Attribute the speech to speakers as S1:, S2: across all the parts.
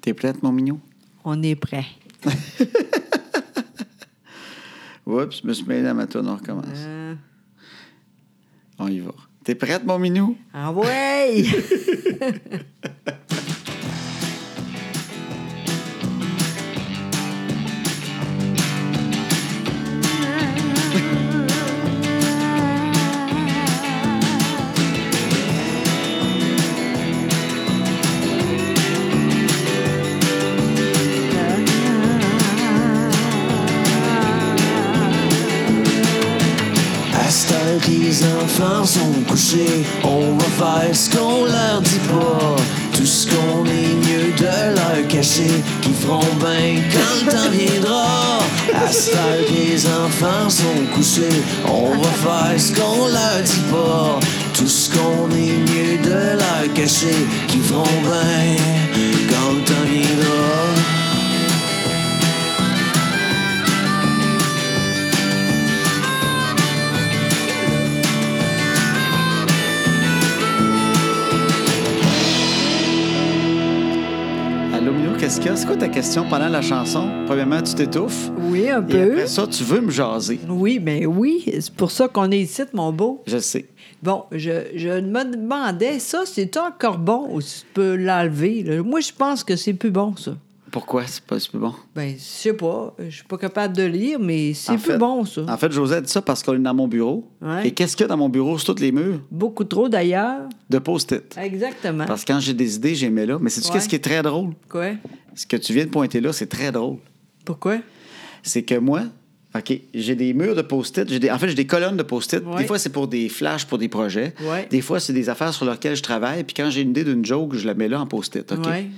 S1: T'es prête, mon mignon?
S2: On est prêt.
S1: Oups, je me suis mêlé à ma toune, on recommence.
S2: Hein?
S1: On y va. T'es prête, mon minou?
S2: Ah ouais!
S3: À ce temps que les enfants sont couchés, on va faire ce qu'on leur dit pas. Tout ce qu'on est mieux de leur cacher, qui feront bien quand le temps viendra. À ce temps que les enfants sont couchés, on va faire ce qu'on leur dit pas. Tout ce qu'on est mieux de leur cacher, qui feront bien quand le temps viendra.
S1: Allô, minou, qu'est-ce qu'il y a? C'est quoi ta question pendant la chanson? Premièrement, tu t'étouffes.
S2: Oui, un
S1: Et
S2: peu.
S1: après ça, tu veux me jaser.
S2: Oui, mais oui, c'est pour ça qu'on est ici, mon beau.
S1: Je sais.
S2: Bon, je, je me demandais, ça, c'est encore bon ou tu peux l'enlever? là? Moi, je pense que c'est plus bon, ça.
S1: Pourquoi c'est pas, c'est pas bon?
S2: Ben, je sais pas. Je suis pas capable de lire, mais c'est
S1: En
S2: plus
S1: fait-
S2: bon, ça.
S1: En fait, José a dit ça parce qu'on est dans mon bureau.
S2: Ouais.
S1: Et qu'est-ce qu'il y a dans mon bureau sur tous les murs?
S2: Beaucoup trop, d'ailleurs.
S1: De post-it.
S2: Exactement.
S1: Parce que quand j'ai des idées, j'ai mets là. Mais c'est-tu
S2: Ouais.
S1: qu'est-ce qui est très drôle?
S2: Quoi?
S1: Ce que tu viens de pointer là, c'est très drôle.
S2: Pourquoi?
S1: c'est que moi, OK, j'ai des murs de post-it. j'ai Des, en fait, j'ai des colonnes de post-it.
S2: Ouais.
S1: Des fois, c'est pour des flashs, pour des projets.
S2: Ouais.
S1: Des fois, c'est des affaires sur lesquelles je travaille. Puis quand j'ai une idée d'une joke, je la mets là en post-it. OK?
S2: Ouais.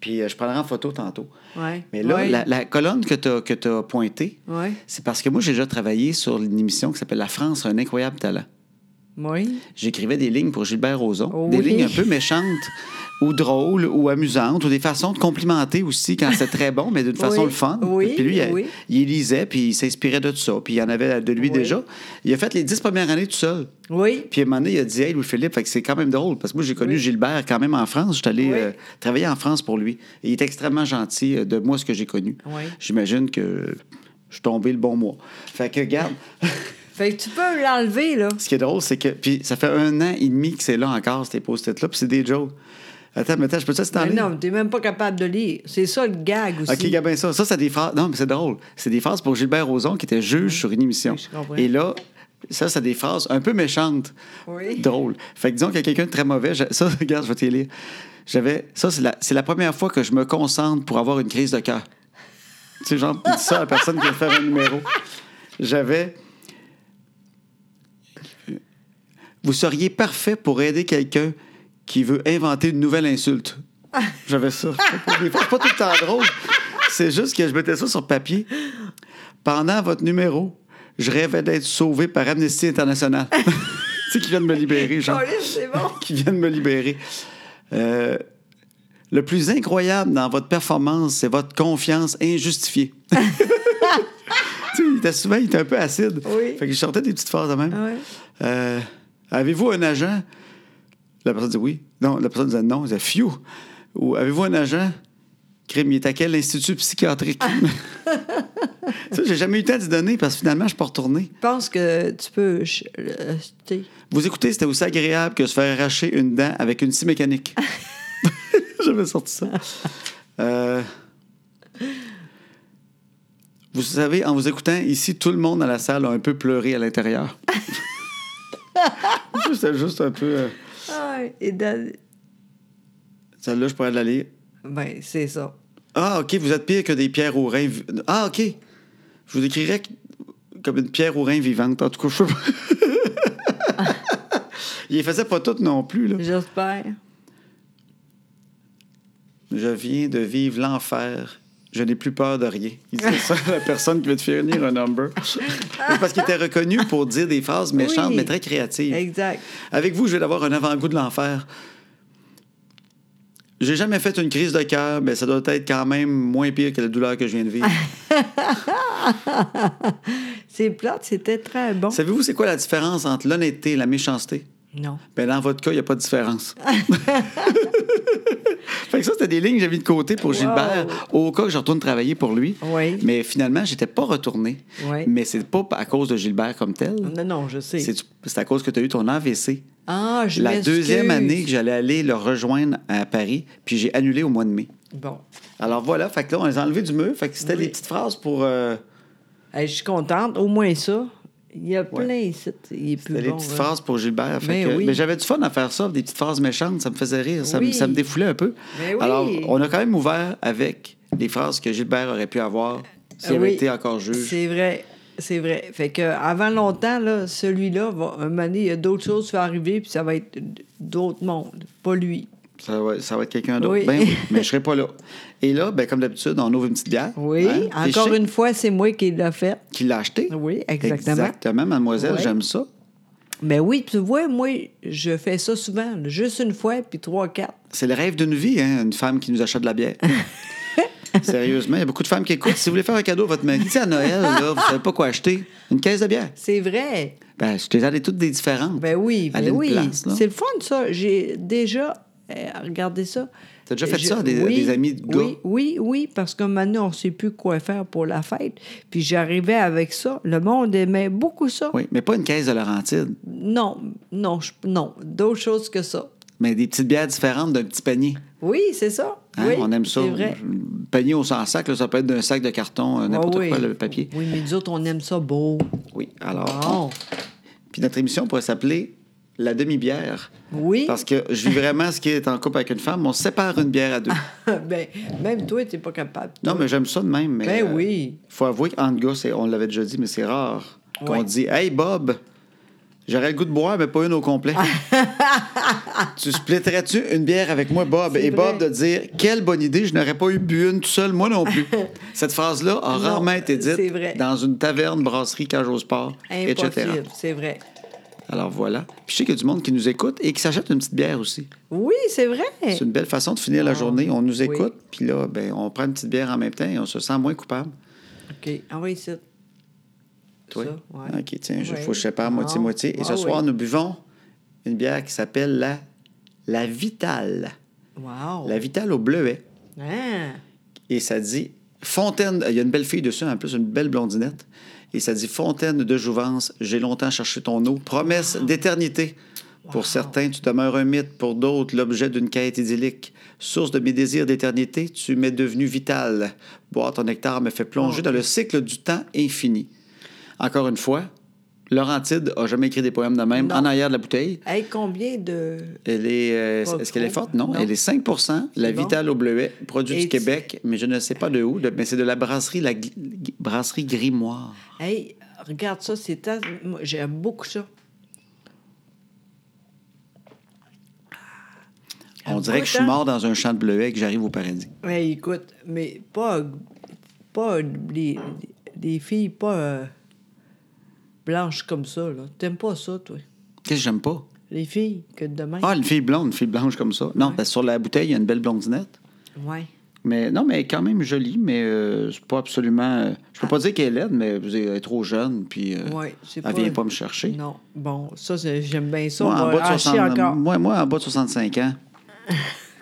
S1: Puis euh, je prendrai en photo tantôt.
S2: Ouais.
S1: Mais là,
S2: Ouais.
S1: la, la colonne que tu as, pointée,
S2: Ouais.
S1: c'est parce que moi, j'ai déjà travaillé sur une émission qui s'appelle La France a un incroyable talent.
S2: Oui.
S1: J'écrivais des lignes pour Gilbert Rozon.
S2: Oh
S1: Des
S2: oui.
S1: lignes un peu méchantes ou drôles ou amusantes ou des façons de complimenter aussi quand c'était très bon, mais d'une façon
S2: Oui,
S1: le fun.
S2: oui,
S1: puis lui, il-
S2: oui.
S1: il, lisait puis il s'inspirait de tout ça. Puis il y en avait de lui
S2: Oui.
S1: déjà. Il a fait les dix premières années tout seul.
S2: Oui.
S1: Puis à un moment donné, il a dit Hey, Louis-Philippe, fait que c'est quand même drôle. Parce que moi, j'ai connu
S2: Oui.
S1: Gilbert quand même en France. J'étais allé
S2: Oui.
S1: euh, travailler en France pour lui. Et il est extrêmement gentil euh, de moi, ce que j'ai connu.
S2: Oui.
S1: J'imagine que je suis tombé le bon mois. Fait que, regarde.
S2: Fait que tu peux l'enlever, là.
S1: Ce qui est drôle, c'est que. Puis ça fait un an et demi que c'est là encore, ces post-it-là, puis c'est des jokes. Attends, mais attends, je peux ça, c'est en
S2: Mais
S1: ligne?
S2: Ben non, t'es même pas capable de lire. C'est ça le gag aussi.
S1: OK, il y a bien ça. Ça, c'est des phrases. Non, mais c'est drôle. C'est des phrases pour Gilbert Rozon, qui était juge sur une émission.
S2: Oui, je comprends.
S1: et là, ça, c'est des phrases un peu méchantes.
S2: Oui.
S1: Drôle. Fait que disons qu'il y a quelqu'un de très mauvais. je- Ça, regarde, je vais te lire. J'avais. Ça, c'est la... c'est la première fois que je me concentre pour avoir une crise de cœur. Tu sais, genre, tu dis ça à la personne qui veut faire un numéro. J'avais. Vous seriez parfait pour aider quelqu'un qui veut inventer une nouvelle insulte. J'avais ça. Des fois, C'est pas tout le temps drôle. C'est juste que je mettais ça sur papier. Pendant votre numéro, je rêvais d'être sauvé par Amnesty International. tu sais, qui vient de me libérer, genre.
S2: Caliste, Oh, c'est bon.
S1: qui vient de me libérer. Euh, le plus incroyable dans votre performance, c'est votre confiance injustifiée. tu sais, il était souvent il était un peu acide.
S2: Oui.
S1: Fait que je sortais des petites phrases de même.
S2: Ah ouais.
S1: Euh, Avez-vous un agent? La personne dit oui. Non, la personne disait non, elle disait fiou. Ou avez-vous un agent? Crime, il est à quel institut psychiatrique? ça, j'ai jamais eu le temps d'y donner parce que finalement, je suis pas retourné.
S2: Je pense que tu peux. je- euh, tu sais.
S1: Vous écoutez, c'était aussi agréable que se faire arracher une dent avec une scie mécanique. J'avais sorti ça. Euh, Vous savez, en vous écoutant, ici, tout le monde dans la salle a un peu pleuré à l'intérieur. C'était juste un peu. euh,
S2: Ah, et dans-
S1: Celle-là, je pourrais la lire.
S2: Ben, c'est ça.
S1: Ah, OK, vous êtes pire que des pierres aux reins. vi- Ah, OK. Je vous décrirais que- comme une pierre aux reins vivante. En tout cas, je sais pas. Il les faisait pas toutes non plus, là.
S2: J'espère.
S1: Je viens de vivre l'enfer. Je n'ai plus peur de rien. Il disait ça à la personne qui veut te finir un number. Mais parce qu'il était reconnu pour dire des phrases méchantes,
S2: Oui.
S1: mais très créatives.
S2: Exact.
S1: Avec vous, je vais d'avoir un avant-goût de l'enfer. J'ai jamais fait une crise de cœur, mais ça doit être quand même moins pire que la douleur que je viens de vivre.
S2: C'est plate, c'était très bon.
S1: Savez-vous c'est quoi la différence entre l'honnêteté et la méchanceté?
S2: Non.
S1: Ben, dans votre cas, il n'y a pas de différence. fait que ça, c'était des lignes que j'avais mis de côté pour Gilbert, au cas que je retourne travailler pour lui.
S2: Oui.
S1: Mais finalement, j'étais pas retourné.
S2: Oui.
S1: Mais c'est pas à cause de Gilbert comme tel.
S2: Non, non, je sais.
S1: C'est c'est à cause que tu as eu ton AVC.
S2: Ah, je
S1: La
S2: m'excuse.
S1: deuxième année que j'allais aller le rejoindre à Paris, puis j'ai annulé au mois de mai.
S2: Bon.
S1: Alors voilà, fait que là, on les a enlevés du mur. Fait que c'était
S2: Oui.
S1: des petites phrases pour. euh,
S2: Hey, je suis contente, au moins ça. Il y a plein ici. Il est plus
S1: C'était
S2: bon.
S1: des petites
S2: hein.
S1: phrases pour Gilbert. Fait
S2: Ben
S1: que-
S2: oui.
S1: Mais j'avais du fun à faire ça, des petites phrases méchantes, ça me faisait rire, ça, me-
S2: Oui.
S1: ça me défoulait un peu.
S2: Ben oui.
S1: Alors, on a quand même ouvert avec les phrases que Gilbert aurait pu avoir s'il
S2: Ah
S1: avait
S2: oui.
S1: été encore juge.
S2: C'est vrai. C'est vrai. Fait que avant longtemps, là, celui-là, va, un moment donné, il y a d'autres choses qui vont arriver, puis ça va être d'autres mondes, pas lui.
S1: Ça va, ça va être quelqu'un d'autre.
S2: Oui.
S1: Ben oui, mais je serai pas là. Et là, ben, comme d'habitude, on ouvre une petite bière.
S2: Oui,
S1: hein, et je
S2: encore
S1: sais
S2: une fois, c'est moi qui l'a fait.
S1: Qui l'a acheté.
S2: Oui, exactement.
S1: Exactement, mademoiselle,
S2: Oui.
S1: j'aime ça.
S2: Mais Ben oui, tu vois, moi, je fais ça souvent, là, juste une fois, puis trois, quatre.
S1: C'est le rêve d'une vie, hein, une femme qui nous achète de la bière. Sérieusement, il y a beaucoup de femmes qui écoutent. Si vous voulez faire un cadeau à votre mari, tu sais, à Noël, là, vous savez pas quoi acheter. Une caisse de bière.
S2: C'est vrai.
S1: Ben, je t'ai allé toutes des différentes.
S2: Ben oui,
S1: Aller
S2: ben
S1: une
S2: oui.
S1: place, là.
S2: C'est le fun, ça. J'ai déjà euh, regardé ça.
S1: T'as déjà fait
S2: Je-
S1: ça à des- à des amis de gars?
S2: Oui, oui, oui, parce que maintenant, on ne sait plus quoi faire pour la fête. Puis j'arrivais avec ça. Le monde aimait beaucoup ça.
S1: Oui, mais pas une caisse de Laurentide,
S2: Non, non, je- non. D'autres choses que ça.
S1: mais des petites bières différentes d'un petit panier.
S2: Oui, c'est ça.
S1: Hein,
S2: Oui,
S1: on aime ça.
S2: C'est vrai.
S1: Panier au sans-sac, là, ça peut être d'un sac de carton, euh, n'importe
S2: Ah oui.
S1: quoi, le papier.
S2: Oui, mais nous autres, on aime ça beau. Ah,
S1: Oui, alors.
S2: Bon.
S1: Puis notre émission pourrait s'appeler La demi-bière.
S2: Oui.
S1: Parce que je vis vraiment ce qui est en couple avec une femme, on se sépare une bière à deux.
S2: ben, même toi, tu n'es pas capable.
S1: Non, mais j'aime ça de même. Mais,
S2: Ben
S1: euh,
S2: oui.
S1: faut avouer qu'entre gars, c'est- on l'avait déjà dit, mais c'est rare qu'on
S2: Ouais.
S1: dit Hey Bob, j'aurais le goût de boire, mais pas une au complet. tu splitterais-tu une bière avec moi, Bob
S2: C'est
S1: Et
S2: vrai.
S1: Bob de dire Quelle bonne idée, je n'aurais pas eu bu une tout seul, moi non plus. Cette phrase-là a
S2: Non,
S1: rarement été
S2: c'est
S1: dite
S2: vrai.
S1: dans une taverne, brasserie, cage au sport, etc.
S2: Impossible, c'est vrai.
S1: Alors voilà. Puis je sais qu'il y a du monde qui nous écoute et qui s'achète une petite bière aussi.
S2: Oui, c'est vrai.
S1: C'est une belle façon de finir la journée. On nous
S2: Eh. Ah. oui.
S1: écoute, puis là, ben, on prend une petite bière en même temps et on se sent moins coupable.
S2: OK. Ah oui, ça.
S1: Toi?
S2: Ça, ouais.
S1: OK, tiens, il
S2: Ouais.
S1: faut que je sépare
S2: Non.
S1: moitié-moitié. Et ce
S2: Ah
S1: soir,
S2: oui.
S1: nous buvons une bière qui s'appelle la, la Vitale.
S2: Wow.
S1: La Vitale au bleuet.
S2: Ah.
S1: Et ça dit Fontaine. euh, Il y a une belle fille dessus, en plus, une belle blondinette. Et ça dit Fontaine de Jouvence, j'ai longtemps cherché ton eau. Promesse d'éternité. Pour certains, tu demeures un mythe. Pour d'autres, l'objet d'une quête idyllique. Source de mes désirs d'éternité, tu m'es devenu vital. Boire ton nectar me fait plonger dans le cycle du temps infini. Encore une fois, Laurentide a jamais écrit des poèmes de même
S2: Non.
S1: en arrière de la bouteille.
S2: Hey, combien de.
S1: Elle est, euh,
S2: Pas
S1: est-ce qu'elle est
S2: trop.
S1: forte? Non.
S2: Non.
S1: Elle est 5 La
S2: C'est bon.
S1: Vitale au Bleuet, produit
S2: Et
S1: du
S2: tu-
S1: Québec, mais je ne sais pas de où. de- mais c'est de la brasserie, la gui- gui- brasserie Grimoire.
S2: Hey, regarde ça, c'est. tas- Moi, J'aime beaucoup ça.
S1: On
S2: Un
S1: dirait
S2: beau
S1: que je suis
S2: temps.
S1: mort dans un champ de bleuet et que j'arrive au paradis.
S2: Mais écoute, mais pas. Pas les, les filles pas euh, blanches comme ça, là. T'aimes pas ça, toi?
S1: Qu'est-ce que j'aime pas?
S2: Les filles que demain.
S1: Ah, une fille blonde, une fille blanche comme ça. Non, parce que sur la bouteille, il y a une belle blondinette.
S2: Ouais.
S1: Mais non, mais quand même jolie, mais euh, c'est pas absolument. euh, je peux pas dire qu'elle est laide, mais vous- elle est trop jeune, puis euh,
S2: Ouais, c'est
S1: elle
S2: pas-
S1: vient pas me chercher.
S2: Non. Bon, ça, c'est- j'aime bien ça.
S1: Moi,
S2: on
S1: en
S2: va
S1: bas de
S2: lâcher
S1: 60
S2: encore.
S1: moi, moi, en bas de 65 ans,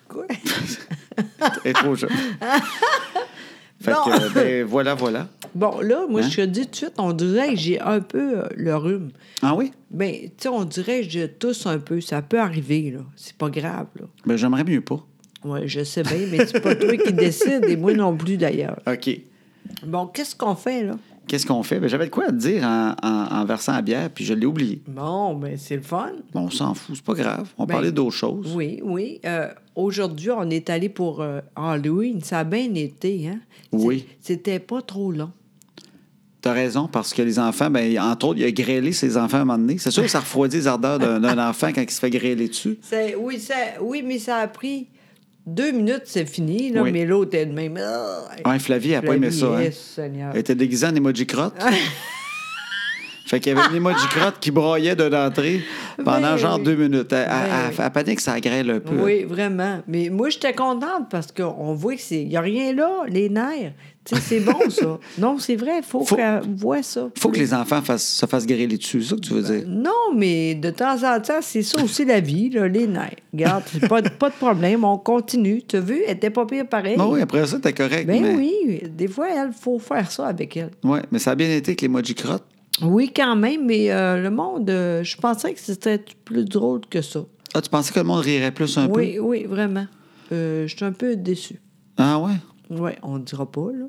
S2: Quoi?
S1: elle est trop jeune. fait
S2: Non.
S1: que, euh, ben, voilà, voilà.
S2: Bon, là, moi,
S1: Hein?
S2: je te dis tout de suite, on dirait que j'ai un peu euh, le rhume.
S1: Ah oui?
S2: Ben, tu sais, on dirait que je tousse un peu. Ça peut arriver, là. C'est pas grave, là.
S1: Ben, j'aimerais mieux pas.
S2: Oui, je sais bien, mais c'est pas toi qui décide, et moi non plus, d'ailleurs.
S1: OK.
S2: Bon, qu'est-ce qu'on fait, là?
S1: Qu'est-ce qu'on fait? Ben, j'avais de quoi à te dire en, en- en versant la bière, puis je l'ai oublié.
S2: Bon, ben, c'est le fun.
S1: Bon, on s'en fout, c'est pas grave. On
S2: Ben,
S1: parlait d'autres choses.
S2: Oui, oui. Euh, Aujourd'hui, on est allé pour euh, Halloween. Ça a bien été, hein?
S1: Oui.
S2: C'est- C'était pas trop long.
S1: T'as raison, parce que les enfants, ben, entre autres, il a grêlé ses enfants à un moment donné. C'est sûr que ça refroidit les ardeurs d'un- d'un enfant quand il se fait grêler dessus.
S2: C'est- Oui, ça- oui, mais ça a pris deux minutes, c'est fini, là,
S1: Oui.
S2: mais l'autre est de même. Ah!
S1: Ouais, Flavie, elle a pas aimé ça.
S2: Flavie,
S1: hein.
S2: eh, Seigneur.
S1: Elle était déguisée en emoji crotte. Fait qu'il y avait une emoji-crotte qui broyait de l'entrée pendant
S2: Mais
S1: genre
S2: Ben oui.
S1: deux minutes. Elle, elle-
S2: Mais
S1: elle-
S2: oui.
S1: elle panique, ça grêle un peu.
S2: Oui, vraiment. Mais moi, j'étais contente parce qu'on voit qu'il n'y a rien là, les nerfs. Tu sais, c'est bon, ça. Non, c'est vrai, il faut,
S1: Faut-
S2: qu'on voit ça.
S1: Faut que les enfants fassent- se fassent grêler dessus, c'est ça que tu veux
S2: Ben
S1: dire?
S2: Non, mais de temps en temps, c'est ça aussi la vie, là, les nerfs. Regarde, c'est pas, de- pas de problème, on continue. Tu as vu, elle était pas pire pareil.
S1: Non, Ben oui, après ça, t'es correct.
S2: Ben
S1: mais...
S2: oui, des fois, il faut faire ça avec elle.
S1: Ouais, mais ça a bien été avec l'emoji crotte.
S2: Oui, quand même, mais euh, le monde, euh, je pensais que c'était plus drôle que ça.
S1: Ah, tu pensais que le monde rirait plus un
S2: oui, oui, vraiment. Euh, je suis un peu déçue.
S1: peu? Ah ouais?
S2: Oui, on ne dira pas, là.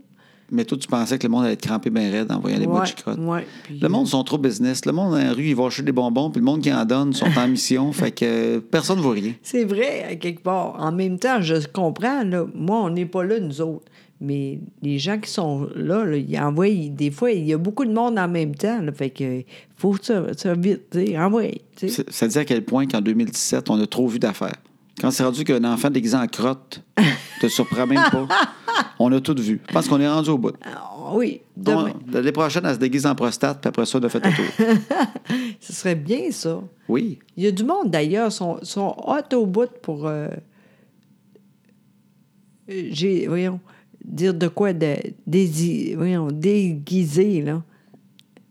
S1: Mais toi, tu pensais que le monde allait être crampé bien raide en voyant les
S2: Ouais,
S1: l'emoji crotte.
S2: ouais, puis-
S1: Le monde sont trop business. Le monde dans la rue, ils vont acheter des bonbons, puis le monde qui en donne sont en mission. fait que euh, personne ne voit rien.
S2: C'est vrai, à quelque part. En même temps, je comprends, là, moi, on n'est pas là, nous autres. Mais les gens qui sont là, là, ils envoient, ils- des fois, il y a beaucoup de monde en même temps. Là, fait que faut que ça, ça vite, tu sais, envoyer. tu sais.
S1: C'est- Ça dit à quel point qu'en 2017, on a trop vu d'affaires. Quand c'est rendu qu'un enfant déguisé en crotte te surprend même pas, on a tout vu. Je pense qu'on est rendu au bout.
S2: Ah, oui, demain.
S1: On- L'année prochaine, elle se déguise en prostate, puis après ça, on a fait le tour.
S2: Ce serait bien, ça.
S1: Oui.
S2: Il y a du monde, d'ailleurs, sont, sont hot au bout pour. euh, euh, j'ai, voyons, dire de quoi de, dési- voyons, déguiser, là.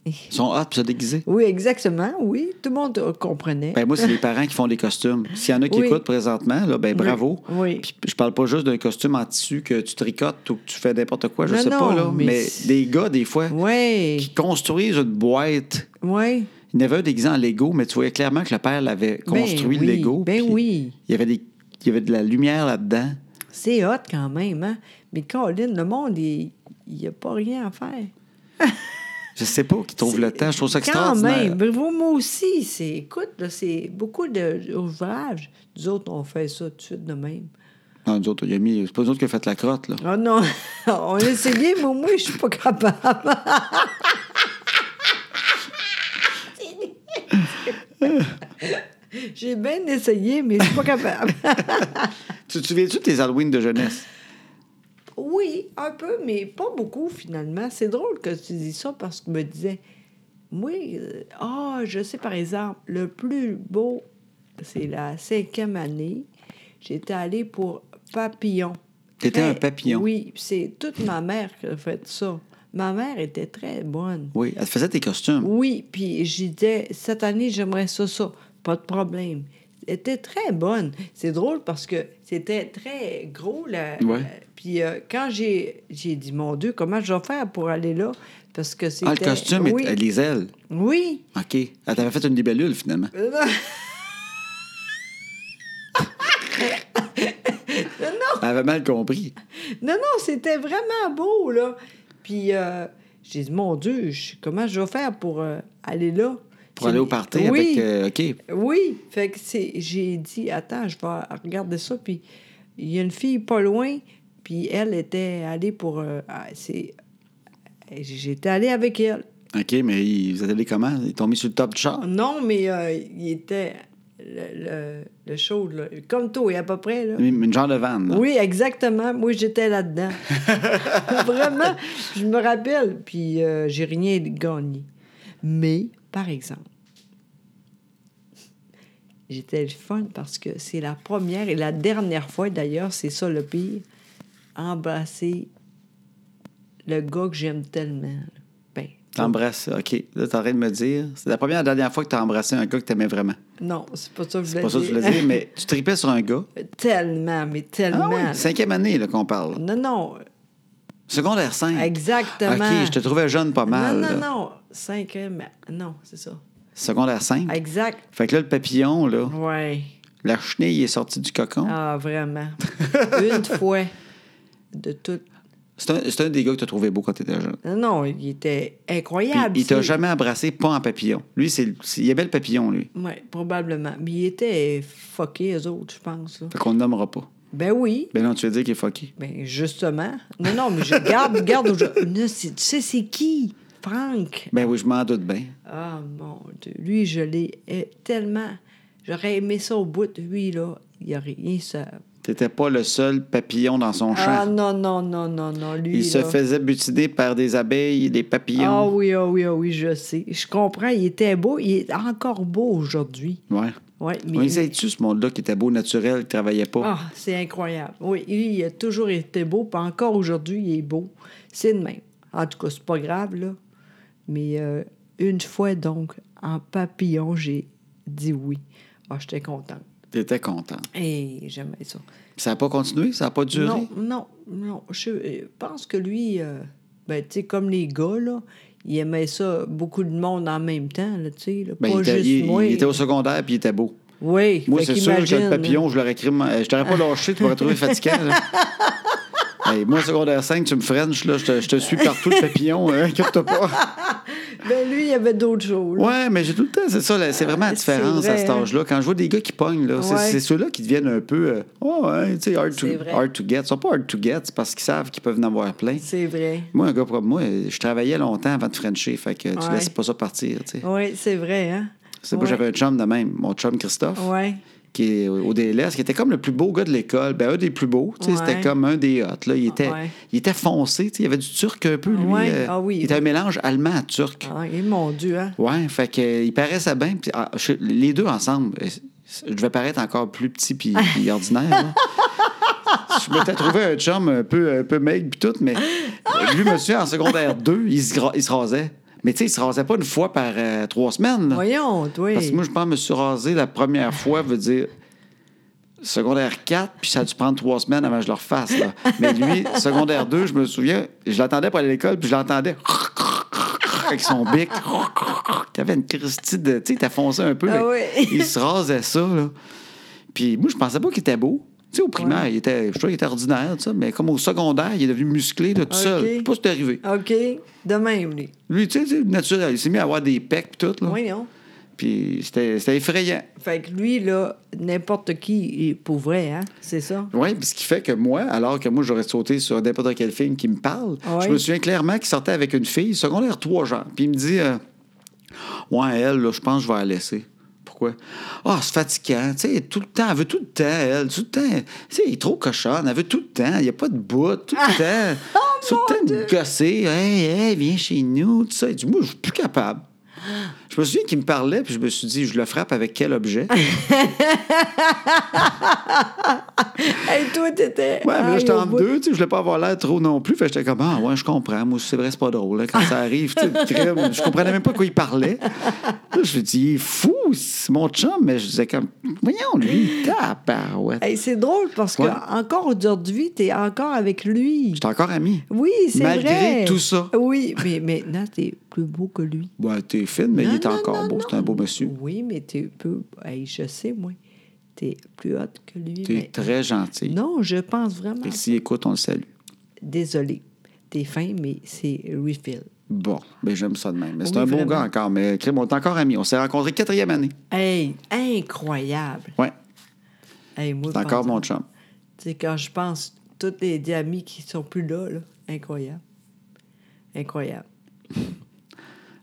S1: Ils sont hot, puis se déguiser.
S2: Oui, exactement, oui. Tout le monde euh, comprenait.
S1: Ben moi, c'est les parents qui font des costumes. S'il y en a qui
S2: Oui.
S1: écoutent présentement, là, ben bravo.
S2: Oui.
S1: Puis je parle pas juste d'un costume en tissu que tu tricotes ou que tu fais n'importe quoi, je
S2: Non,
S1: sais
S2: non,
S1: pas, là.
S2: mais
S1: Mais,
S2: c'est-
S1: des gars, des fois,
S2: Oui,
S1: qui construisent une boîte.
S2: oui.
S1: Il y en avait un déguisé en Lego, mais tu voyais clairement que le père l'avait construit,
S2: Ben oui,
S1: le Lego.
S2: ben
S1: puis
S2: oui.
S1: Il y avait des. Il y avait de la lumière là-dedans.
S2: C'est hot quand même, hein? Mais Colin, le monde, il n'y a pas rien à faire.
S1: Je sais pas qui trouve le temps. Je trouve ça
S2: Quand
S1: extraordinaire.
S2: même, bravo, moi aussi. C'est, écoute, là, c'est beaucoup d'ouvrages. Nous autres, on fait ça tout de suite de même.
S1: Non, nous autres, il a mis. C'est pas nous autres qui a fait la crotte, là.
S2: Ah non, on a essayé, mais moi, je suis pas capable. J'ai bien essayé, mais je suis pas capable.
S1: Tu te souviens-tu de tes Halloween de jeunesse?
S2: Oui, un peu, mais pas beaucoup finalement. C'est drôle que tu dis ça parce que je me disais, oui, euh, ah, je sais par exemple, le plus beau, c'est la cinquième année, j'étais allée pour papillon.
S1: T'étais
S2: Très-
S1: un papillon.
S2: Oui, c'est toute ma mère qui a fait ça. Ma mère était très bonne.
S1: Oui. Elle te faisait tes costumes.
S2: Oui, puis j'ai dit, cette année, j'aimerais ça, ça. Pas de problème. Elle était très bonne. C'est drôle parce que c'était très gros, là.
S1: Ouais.
S2: Puis euh, quand j'ai, j'ai dit, mon Dieu, comment je vais faire pour aller là? Parce que c'était...
S1: Ah, le costume,
S2: oui.
S1: et les ailes.
S2: Oui.
S1: OK. Elle t'avait fait une libellule, finalement.
S2: Euh, non.
S1: Elle avait mal compris.
S2: Non, non, c'était vraiment beau, là. Puis euh, j'ai dit, mon Dieu, je- comment je vais faire pour euh, aller là?
S1: Pour aller au party avec.
S2: Oui.
S1: euh, OK.
S2: Oui, fait que c'est, j'ai dit, attends, je vais regarder ça. Puis il y a une fille pas loin, puis elle était allée pour. euh, ah, c'est, j'étais allée avec elle.
S1: OK, mais ils, vous êtes allés comment? Ils t'ont mis sur le top du char.
S2: Non, mais euh, il était le, le, le show, là, comme toi, à peu près. Là.
S1: Une une genre de vanne. là.
S2: Oui, exactement. Moi, j'étais là-dedans. Vraiment, je me rappelle. Puis euh, j'ai rien gagné. Mais, par exemple, j'étais le fun parce que c'est la première et la dernière fois, d'ailleurs, c'est ça le pire, embrasser le gars que j'aime tellement. là. Ben,
S1: T'embrasses. OK. Là, t'as rien de me dire. C'est la première et dernière fois que t'as embrassé un gars que t'aimais vraiment.
S2: non, c'est pas ça que je
S1: C'est
S2: voulais
S1: pas ça que je voulais dire, mais tu tripais sur un gars.
S2: Tellement, mais
S1: Ah
S2: tellement.
S1: oui, cinquième année là, qu'on parle.
S2: non, non,
S1: Secondaire 5.
S2: Exactement.
S1: Hmm. OK, je te trouvais jeune pas mal.
S2: Non, non,
S1: là.
S2: non. Cinquième. Non, c'est ça.
S1: Secondaire 5.
S2: Exact.
S1: Fait que là, le papillon, là,
S2: Ouais.
S1: la chenille est sortie du cocon.
S2: Ah, vraiment. Une fois de tout.
S1: C'est un, c'est un des gars que t'as trouvé beau quand t'étais jeune.
S2: Non, non, il était
S1: Puis,
S2: incroyable.
S1: il t'a
S2: c'est-
S1: jamais embrassé pas en papillon. Lui, c'est, c'est- il aimait le papillon, lui.
S2: Ouais, probablement. Mais il était fucké, eux autres, je pense. là.
S1: Fait qu'on le nommera pas.
S2: Ben oui.
S1: Ben non, tu veux dire qu'il est fucké.
S2: Ben justement. Non, non, mais je garde, garde. aujourd'hui. Non, c'est- Tu sais, c'est qui? Franck.
S1: Ben oui, je m'en doute bien.
S2: Ah, mon Dieu. Lui, je l'ai eh, tellement. J'aurais aimé ça au bout de lui, là. Il n'y a rien. Ça...
S1: T'étais pas le seul papillon dans son champ.
S2: Ah non, non, non, non, non. Lui,
S1: Il se
S2: là.
S1: faisait butiner par des abeilles, des
S2: Ah
S1: papillons.
S2: oui, ah oui, ah oui, je sais. Je comprends. Il était beau. Il est encore beau aujourd'hui.
S1: Ouais.
S2: Oui, mais.
S1: On essaye tu ce monde-là qui était beau naturel, qui travaillait pas.
S2: Ah, c'est incroyable. Oui, lui, il a toujours été beau, puis encore aujourd'hui, il est beau. C'est le même. En tout cas, c'est pas grave, là. Mais euh, une fois, donc, en papillon, j'ai dit oui. Ah, j'étais contente.
S1: T'étais content.
S2: Et j'aimais ça.
S1: Ça n'a pas continué, ça n'a pas duré.
S2: Non, non, non. Je euh, pense que lui, euh, ben, tu sais, comme les gars, là, il aimait ça beaucoup de monde en même temps, là, tu sais, là,
S1: Ben,
S2: pas
S1: il, était,
S2: juste
S1: il-
S2: moi.
S1: il était au secondaire puis il était beau.
S2: Oui,
S1: Moi,
S2: fait
S1: c'est sûr que
S2: qu'imagine,
S1: le papillon, je l'aurais crié. euh, Je t'aurais pas lâché, tu m'aurais trouvé fatigant. là. Hey, moi, secondaire 5, tu me frenches, là, je, te, je te suis partout, le papillon, euh, inquiète-toi pas.
S2: là. Ben, lui, il y avait d'autres choses.
S1: Ouais, mais j'ai tout le temps, c'est ça, là, c'est vraiment la
S2: Ah, c'est
S1: différence à
S2: vrai,
S1: cet
S2: hein.
S1: âge-là. Quand je vois des gars qui pognent, là, c'est,
S2: Ouais.
S1: c'est ceux-là qui deviennent un peu, euh, oh, hein, tu sais, hard to,
S2: C'est vrai.
S1: hard to get. Ils sont pas hard to get, c'est parce qu'ils savent qu'ils peuvent en avoir plein.
S2: C'est vrai.
S1: Moi, un gars comme moi, euh, je travaillais longtemps avant de Frencher, fait que tu
S2: Ouais.
S1: laisses pas ça partir, tu sais.
S2: Oui, c'est vrai, hein?
S1: C'est
S2: ouais.
S1: Moi, j'avais un chum de même, mon chum Christophe,
S2: Ouais.
S1: qui est au au DLS, qui était comme le plus beau gars de l'école. Ben, un des plus beaux, tu sais,
S2: Ouais.
S1: c'était comme un des hot. Là. Il, était,
S2: Ouais.
S1: il était foncé, tu sais, il avait du turc un peu, lui.
S2: Ouais,
S1: euh,
S2: ah oui.
S1: Il était un mélange allemand-turc.
S2: Ah, et mon Dieu, hein?
S1: Ouais, fait que, euh, il paraissait bien. puis, ah, je- les deux ensemble, euh, c- je devais paraître encore plus petit puis, puis ordinaire. là. Je m'étais trouvé un chum un peu, un peu maigre puis tout, mais lui, monsieur, en secondaire 2, il se, gra- il se rasait. Mais tu sais, il se rasait pas une fois par euh, trois semaines. là.
S2: Voyons, toi.
S1: Parce que moi, je pense que je me suis rasé la première fois, veut dire secondaire 4, puis ça a dû prendre trois semaines avant que je le refasse. là. Mais lui, secondaire 2, je me souviens, je l'attendais pour aller à l'école, puis je l'entendais avec son bic. Il avait une christie de... Tu sais, il était foncé un peu.
S2: Ah
S1: mais
S2: oui.
S1: Il se rasait ça, là. Puis moi, je pensais pas qu'il était beau. Tu sais, au primaire, il était, je trouvais qu'il était ordinaire, tu sais, mais comme au secondaire, il est devenu musclé là, tout seul.
S2: Ok.
S1: Je sais pas si c'est arrivé.
S2: OK. De même, lui.
S1: Lui, tu sais, tu sais, naturel, il s'est mis à avoir des pecs puis tout. Là.
S2: Voyons.
S1: Puis c'était c'était effrayant.
S2: Fait que lui, là, n'importe qui, il pourrait, hein? C'est ça?
S1: Oui, puis ce qui fait que moi, alors que moi, j'aurais sauté sur n'importe quel film qui me parle,
S2: Ouais.
S1: je me souviens clairement qu'il sortait avec une fille, secondaire 3 genre, puis il me dit euh, Ouais, elle, là, je pense que je vais la laisser. Pourquoi? Ah, c'est fatigant. Tu sais, tout le temps, elle veut tout le temps, elle, tout le temps. Tu sais, elle est trop cochonne, elle veut tout le temps, il n'y a pas de bout, tout le temps. tout le temps de gosser. Hey, hey, viens chez nous, tout ça. Il dit Moi, je suis plus capable. Je me souviens qu'il me parlait, puis je me suis dit, je le frappe avec quel objet?
S2: Hey, toi, t'étais.
S1: Ouais, mais là,
S2: aïe,
S1: j'étais
S2: au
S1: en
S2: bout.
S1: deux, tu sais, je voulais pas avoir l'air trop non plus. Fait que j'étais comme, ah ouais, je comprends. Moi, c'est vrai, c'est pas drôle. hein, quand ça arrive, tu sais, le crime, je comprenais même pas de quoi il parlait. Là, je me dis, il est fou, c'est mon chum. Mais je disais comme, voyons, lui, tabarouette.
S2: Hey, c'est drôle parce
S1: Ouais.
S2: que encore aujourd'hui, t'es encore avec lui.
S1: J'étais encore ami.
S2: Oui, c'est vrai.
S1: Malgré tout ça.
S2: Oui, mais maintenant, t'es plus beau que lui.
S1: Ouais, t'es fine, mais il
S2: Non,
S1: était
S2: non,
S1: encore
S2: non,
S1: beau.
S2: non.
S1: C'est un beau monsieur.
S2: Oui, mais t'es peu. Hey, je sais, moi. T'es plus haute que lui.
S1: T'es
S2: mais-
S1: très gentil.
S2: Non, je pense vraiment.
S1: Et s'il écoute, on le salue.
S2: Désolée. T'es fin, mais c'est refill.
S1: Bon, ben j'aime ça de même. Mais c'est
S2: Oui,
S1: un beau
S2: vraiment.
S1: gars encore. Mais crime, on est encore amis. On s'est rencontrés quatrième année.
S2: Hey, incroyable.
S1: Ouais,
S2: Hey, moi,
S1: c'est encore
S2: pense-
S1: mon chum.
S2: Tu sais, quand je pense, toutes les amis qui sont plus là, là, incroyable. Incroyable.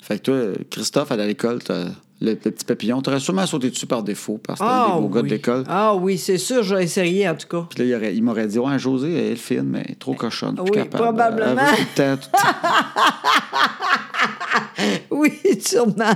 S1: Fait que toi, Christophe, à l'école, t'as le, le petit papillon, t'aurais sûrement sauté dessus par défaut parce que t'as des beaux gars de
S2: Ah oui.
S1: l'école.
S2: Ah oui, c'est sûr, j'ai essayé en tout cas.
S1: Puis là, il, aurait- il m'aurait dit Ouais, José, elle est fine, mais elle est trop cochonne. plus
S2: Oui,
S1: capable.
S2: probablement.
S1: Elle veut tout le temps, tout le temps.
S2: Oui, sûrement.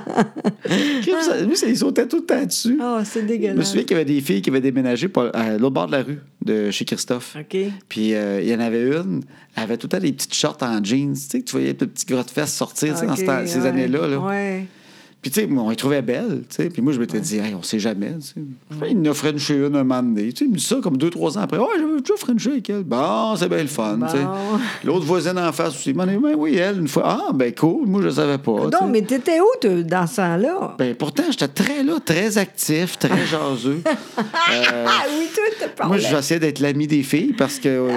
S1: Crime, ça- lui, ça, il sautait tout le temps dessus.
S2: Ah, c'est
S1: Je me
S2: dégueulasse.
S1: souviens qu'il y avait des filles qui avaient déménagé pour- à l'autre bord de la rue, de chez Christophe.
S2: OK.
S1: Puis euh, il y en avait une, elle avait tout le temps des petites shorts en jeans, tu sais, que tu voyais les petites grosses fesses sortir tu sais, dans ce
S2: Ok,
S1: temps- ces
S2: ouais,
S1: années-là. Là.
S2: Ouais.
S1: Puis, tu sais, moi, on les trouvait belles, tu sais. Puis moi, je m'étais dit, hey, on sait jamais, tu sais. Je sais, Il nous offrait une chez une un moment donné. Tu sais, il me dit ça comme deux, trois ans après. Ouais, j'avais déjà frenché avec elle. Bon, c'est bien le fun, tu sais.
S2: Bon.
S1: L'autre voisine en face aussi. il m'en dit, Ben oui, elle, une fois. Ah, ben cool, moi, je savais pas. tu sais.
S2: Non, mais t'étais où, toi, dans ce temps-là?
S1: Ben pourtant, j'étais très là, très actif, très jaseux.
S2: Ah oui, toi, t'as
S1: Ben, moi,
S2: parlé.
S1: j'essayais d'être l'ami des filles parce que... euh,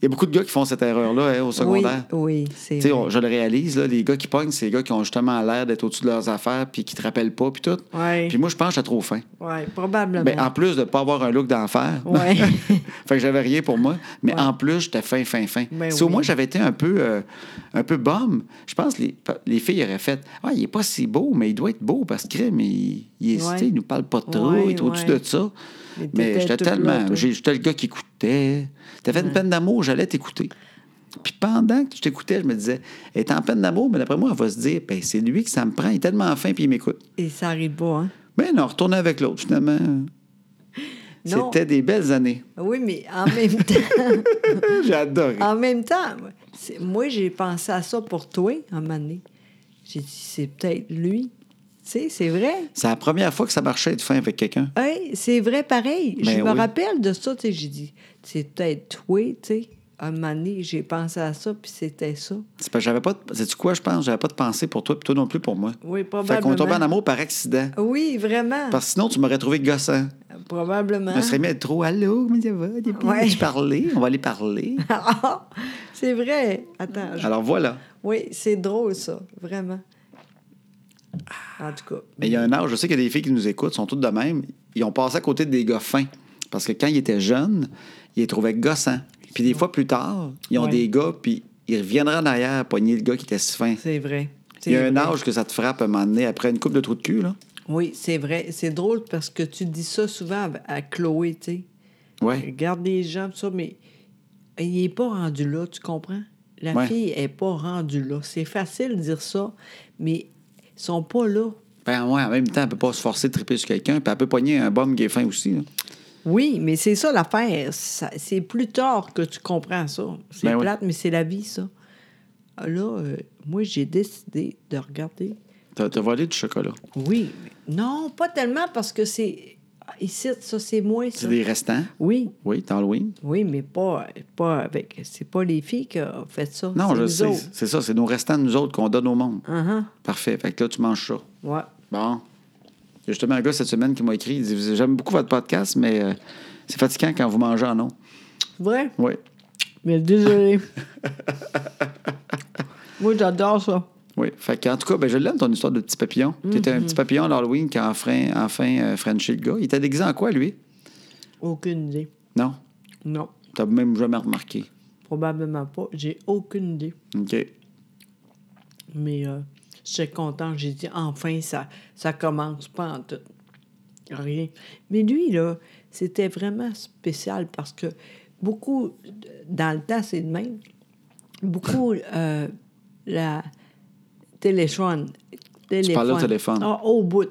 S1: Il y a beaucoup de gars qui font cette erreur-là hein, au
S2: Oui,
S1: secondaire.
S2: oui, c'est
S1: Tu sais,
S2: vrai.
S1: on- je le réalise, là, les gars qui pognent, c'est les gars qui ont justement l'air d'être au-dessus de leurs affaires puis qui te rappellent pas, puis tout.
S2: Ouais.
S1: Puis moi, je pense que j'étais trop fin.
S2: Ouais, probablement.
S1: Ben, en plus de pas avoir un look d'enfer,
S2: Ouais.
S1: fait que j'avais rien pour moi, mais en plus, j'étais fin, fin, fin.
S2: Ben
S1: si au
S2: oui.
S1: moins j'avais été un peu, euh, un peu bum, je pense que les, les filles auraient fait Ah, il est pas si beau, mais il doit être beau parce que crème, il, il est-
S2: Ouais.
S1: tu sais, il nous parle pas trop,
S2: Ouais,
S1: il est au-dessus
S2: ouais.
S1: de ça.
S2: Mais
S1: Mais
S2: t'étais
S1: j'étais
S2: tout là,
S1: tellement.
S2: toi.
S1: j'ai- J'étais le gars qui écoutait. T'avais une peine d'amour, j'allais t'écouter. Puis pendant que je t'écoutais, je me disais, elle est en peine d'amour, mais d'après moi, elle va se dire, ben, c'est lui que ça me prend, il est tellement fin, puis il m'écoute.
S2: Et ça arrive pas, hein?
S1: Mais non, retourner avec l'autre, finalement.
S2: Non.
S1: C'était des belles années.
S2: Oui, mais en même temps,
S1: J'ai adoré.
S2: en même temps, c'est- moi, j'ai pensé à ça pour toi, un moment donné. J'ai dit, c'est peut-être lui. Tu sais, c'est vrai.
S1: C'est la première fois que ça marchait être fin avec quelqu'un.
S2: Oui, Hein? c'est vrai pareil. je
S1: Ben
S2: me
S1: oui.
S2: rappelle de ça, tu sais, j'ai dit, c'est peut-être toi, tu sais. Un moment donné, j'ai pensé à ça, puis c'était ça.
S1: C'est parce que j'avais pas de... Sais-tu quoi, je pense? J'avais pas de pensée pour toi, puis toi non plus pour moi.
S2: Oui,
S1: Fait qu'on
S2: probablement.
S1: tombait en amour par accident.
S2: Oui, vraiment.
S1: Parce que sinon, tu m'aurais trouvé gossant.
S2: Probablement.
S1: Je me serais mis à être trop « Allô, comment ça va? Depuis,
S2: Ah. Ouais.
S1: tu parlais? On va aller parler.
S2: Ah, c'est vrai. Attends. » je-
S1: Alors voilà.
S2: Oui, c'est drôle, ça. Vraiment. Ah, En tout cas.
S1: Mais il y a un âge, je sais qu'il y a des filles qui nous écoutent, sont toutes de même. Ils ont passé à côté des gars fins. Parce que quand ils étaient jeunes, ils les trouvaient gossants. Puis des fois, plus tard, ils ont
S2: Ouais.
S1: des gars, puis ils reviendront en arrière à pogner le gars qui était si fin.
S2: C'est vrai.
S1: Il y a
S2: C'est
S1: un
S2: vrai.
S1: âge que ça te frappe à un moment donné, après une coupe de trous de cul, là.
S2: Oui, c'est vrai. C'est drôle parce que tu dis ça souvent à- à Chloé, tu sais.
S1: Ouais.
S2: Regarde les gens, tout ça, mais il n'est pas rendu là, tu comprends? La
S1: Ouais.
S2: fille n'est pas rendue là. C'est facile de dire ça, mais ils sont pas là.
S1: Ben ouais, en même temps, elle peut pas se forcer de triper sur quelqu'un, puis elle peut pogner un bum qui est fin aussi. là.
S2: Oui, mais c'est ça l'affaire. Ça- C'est plus tard que tu comprends ça. C'est
S1: Ben oui.
S2: plate, mais c'est la vie, ça. Là, euh, moi, j'ai décidé de regarder.
S1: T'as t'as volé du chocolat.
S2: Oui. mais- Non, pas tellement parce que c'est. Ici, ça, c'est moi, ça.
S1: C'est des restants.
S2: Oui,
S1: Oui, t'as Halloween.
S2: oui, mais pas, pas avec. C'est pas les filles qui ont fait ça.
S1: Non,
S2: c'est
S1: je
S2: nous
S1: sais.
S2: autres.
S1: C'est ça, c'est nos restants, nous autres, qu'on donne au monde.
S2: Uh-huh.
S1: Parfait. Fait que là, tu manges ça.
S2: Ouais.
S1: Bon. Il y a justement un gars cette semaine qui m'a écrit. Il dit J'aime beaucoup votre podcast, mais euh, c'est fatigant quand vous mangez en eau.
S2: Vrai?
S1: Oui.
S2: Mais désolé. Moi, j'adore ça.
S1: Oui. Mm-hmm. Fait que, en tout cas, ben, je l'aime ton histoire de petit papillon. Tu étais un petit papillon à l'Halloween qui a enfin, enfin euh, Frenchie le gars. Il était déguisé en quoi, lui
S2: Aucune idée.
S1: Non.
S2: Non,
S1: T'as même jamais remarqué.
S2: probablement pas. J'ai aucune idée.
S1: OK.
S2: Mais euh, j'étais content. J'ai dit, enfin, ça, ça commence pas en tout. Rien. Mais lui, là, c'était vraiment spécial parce que beaucoup, dans le temps, c'est de même, beaucoup, euh, la téléphone. téléphone.
S1: parlais au téléphone.
S2: Ah, au bout.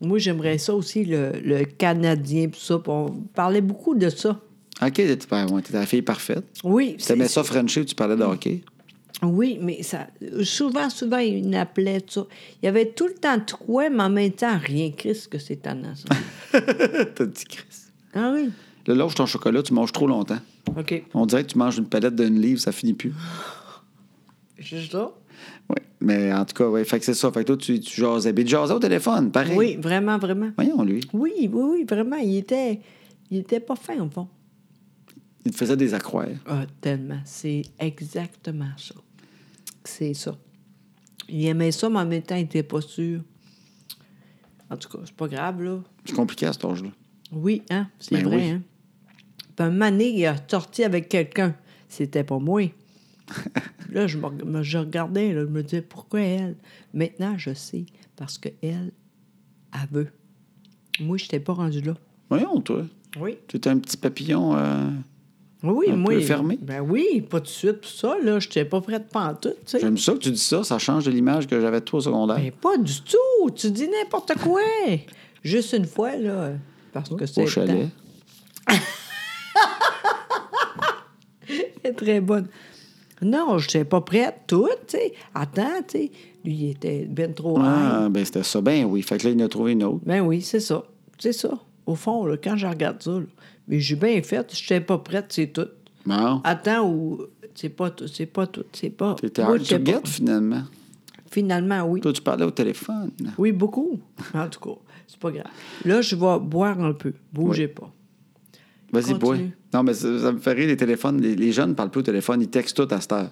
S2: Moi, j'aimerais ça aussi, le, le Canadien, tout ça. puis On parlait beaucoup de ça.
S1: OK, t'étais ben, ouais, t'étais la fille parfaite.
S2: Oui,
S1: T'aimais ça, Frenchie, ou tu parlais de hockey
S2: Oui, mais ça, souvent, souvent, il m'appelait, tout ça. Il y avait tout le temps de quoi, mais en même temps, rien. Christ, que c'est tannant, ça.
S1: T'as dit Chris.
S2: ah oui?
S1: Là, lâche ton chocolat, tu manges trop longtemps.
S2: OK.
S1: On dirait que tu manges une palette d'une livre, ça finit plus.
S2: Juste ça?
S1: Oui. Mais en tout cas, ouais, fait que c'est ça. Fait que toi, tu, tu jasais. Mais tu jasais au téléphone, pareil.
S2: Oui, vraiment, vraiment.
S1: Voyons, lui.
S2: Oui, oui, oui, vraiment. Il était, il était pas fin, au fond.
S1: Il te faisait des accroires.
S2: Ah, tellement. C'est exactement ça. C'est ça. Il aimait ça, mais en même temps, il était pas sûr. En tout cas, c'est pas grave, là.
S1: C'est compliqué à cet âge-là.
S2: Oui, hein, c'est
S1: Ben
S2: vrai,
S1: oui.
S2: hein. Puis un moment donné, il a sorti avec quelqu'un. C'était pas moi. là, je, me reg- me- je regardais, là, je me disais, pourquoi elle? Maintenant, je sais, parce que elle, elle veut. Moi, je n'étais pas rendue là.
S1: Voyons, toi.
S2: Oui.
S1: Tu étais un petit papillon. euh,
S2: Oui,
S1: Un
S2: moi.
S1: peu fermé.
S2: Ben oui, pas tout de suite, tout ça, là. Je n'étais pas prête pantoute, tu sais.
S1: J'aime ça que tu dis ça. Ça change de l'image que j'avais de toi au secondaire.
S2: Mais pas du tout! Tu dis n'importe quoi! Juste une fois, là, parce que c'est...
S1: au chalet.
S2: Elle est très bonne. Non, je n'étais pas prête, tout, tu sais. Attends, tu sais. Lui, il était ben trop high.
S1: Ah, ben c'était ça. Ben oui. Fait que là, il en a trouvé une autre.
S2: Ben oui, c'est ça. C'est ça. Au fond, là, quand je regarde ça, là, mais j'ai bien fait, je n'étais pas prête, c'est tout.
S1: Bon.
S2: Attends, ou. C'est pas tout, c'est pas tout, c'est pas.
S1: T'étais
S2: Moi,
S1: hard
S2: j'étais
S1: to
S2: pas-
S1: get, finalement.
S2: Finalement, oui.
S1: Toi, tu parlais au téléphone.
S2: Oui, beaucoup. En tout cas, c'est pas grave. Là, je vais boire un peu. Bougez pas.
S1: Vas-y,
S2: Continue.
S1: bois. Non, mais ça, ça me fait rire les téléphones. Les, les jeunes ne parlent plus au téléphone, ils textent tout à cette heure.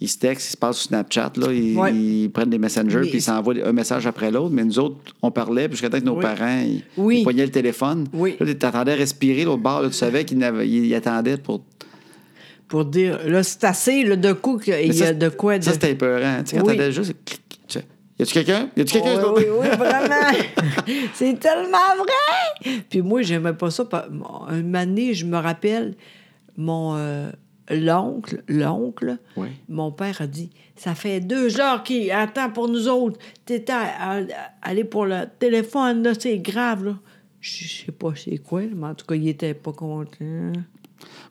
S1: Ils se textent, ils se parlent sur Snapchat, là, ils,
S2: Ouais.
S1: ils prennent des messengers,
S2: Mais-
S1: puis ils s'envoient un message après l'autre. Mais nous autres, on parlait, puis jusqu'à temps que nos
S2: Oui.
S1: parents, ils,
S2: Oui.
S1: ils poignaient le téléphone.
S2: Oui.
S1: Là, tu attendais respirer, l'autre bord, là, tu savais qu'il n'avait- il, il attendait pour.
S2: Pour dire, là, c'est assez, là, de coup, qu'il
S1: Mais
S2: y
S1: ça,
S2: a de quoi.
S1: Ça,
S2: de-
S1: c'était épeurant. Tu sais, quand
S2: Oui.
S1: t'entendais juste. clic, clic, tu fais, Y a-tu quelqu'un? Y a-tu quelqu'un?
S2: Oui, oui, oui, vraiment. c'est tellement vrai. Puis moi, j'aimais pas ça. Pas- mon- Une année, je me rappelle, mon euh, l'oncle, l'oncle,
S1: Oui.
S2: mon père a dit, ça fait deux heures qu'il attend pour nous autres. T'étais à- à- allé pour le téléphone, là, c'est grave, là. Je je sais pas c'est quoi, mais en tout cas, il était pas content.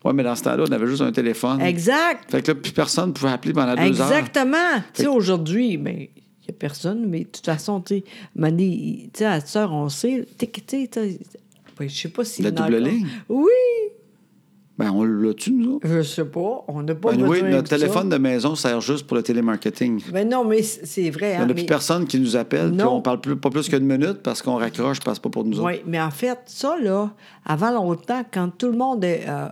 S1: Ouais, mais dans ce temps-là, on avait juste un téléphone.
S2: Exact.
S1: Fait que là, plus personne pouvait appeler pendant deux heures.
S2: Exactement. Tu sais, aujourd'hui, ben, il n'y a personne, mais de toute façon, tu sais, Mané, il- tu sais, à cette heure, on sait. Tu sais, tu sais, tu sais, ben, je sais pas si.
S1: La double ligne?
S2: Oui,
S1: Ben, on l'a-tu, nous autres?
S2: je sais pas. On n'a pas
S1: Ben, oui,
S2: besoin
S1: notre
S2: de ça.
S1: téléphone de maison sert juste pour le télémarketing.
S2: Ben non, mais c- c'est vrai.
S1: Il n'y en
S2: hein,
S1: a
S2: mais-
S1: plus personne qui nous appelle, puis
S2: Non.
S1: on parle plus, pas plus qu'une minute parce qu'on raccroche, parce que c'est pas pour nous autres.
S2: Oui, mais en fait, ça, là, avant longtemps, quand tout le monde est, euh,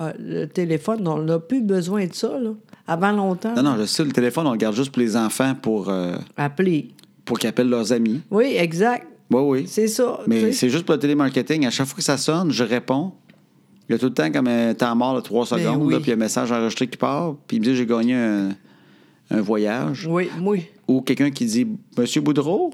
S2: euh, le téléphone, on n'a plus besoin de ça, là. Avant longtemps,
S1: Non, non, je sais, le téléphone, on le garde juste pour les enfants, pour, euh,
S2: appeler.
S1: pour qu'ils appellent leurs amis.
S2: Oui, exact.
S1: Oui, oui.
S2: C'est ça. tu
S1: Mais
S2: sais.
S1: c'est juste pour le télémarketing. À chaque fois que ça sonne, je réponds. Il y a tout le temps comme un temps mort de trois
S2: Ben
S1: secondes,
S2: oui.
S1: là, puis il y a un message enregistré qui part, puis il me dit j'ai gagné un, un voyage.
S2: Oui, oui.
S1: Ou quelqu'un qui dit Monsieur Boudreau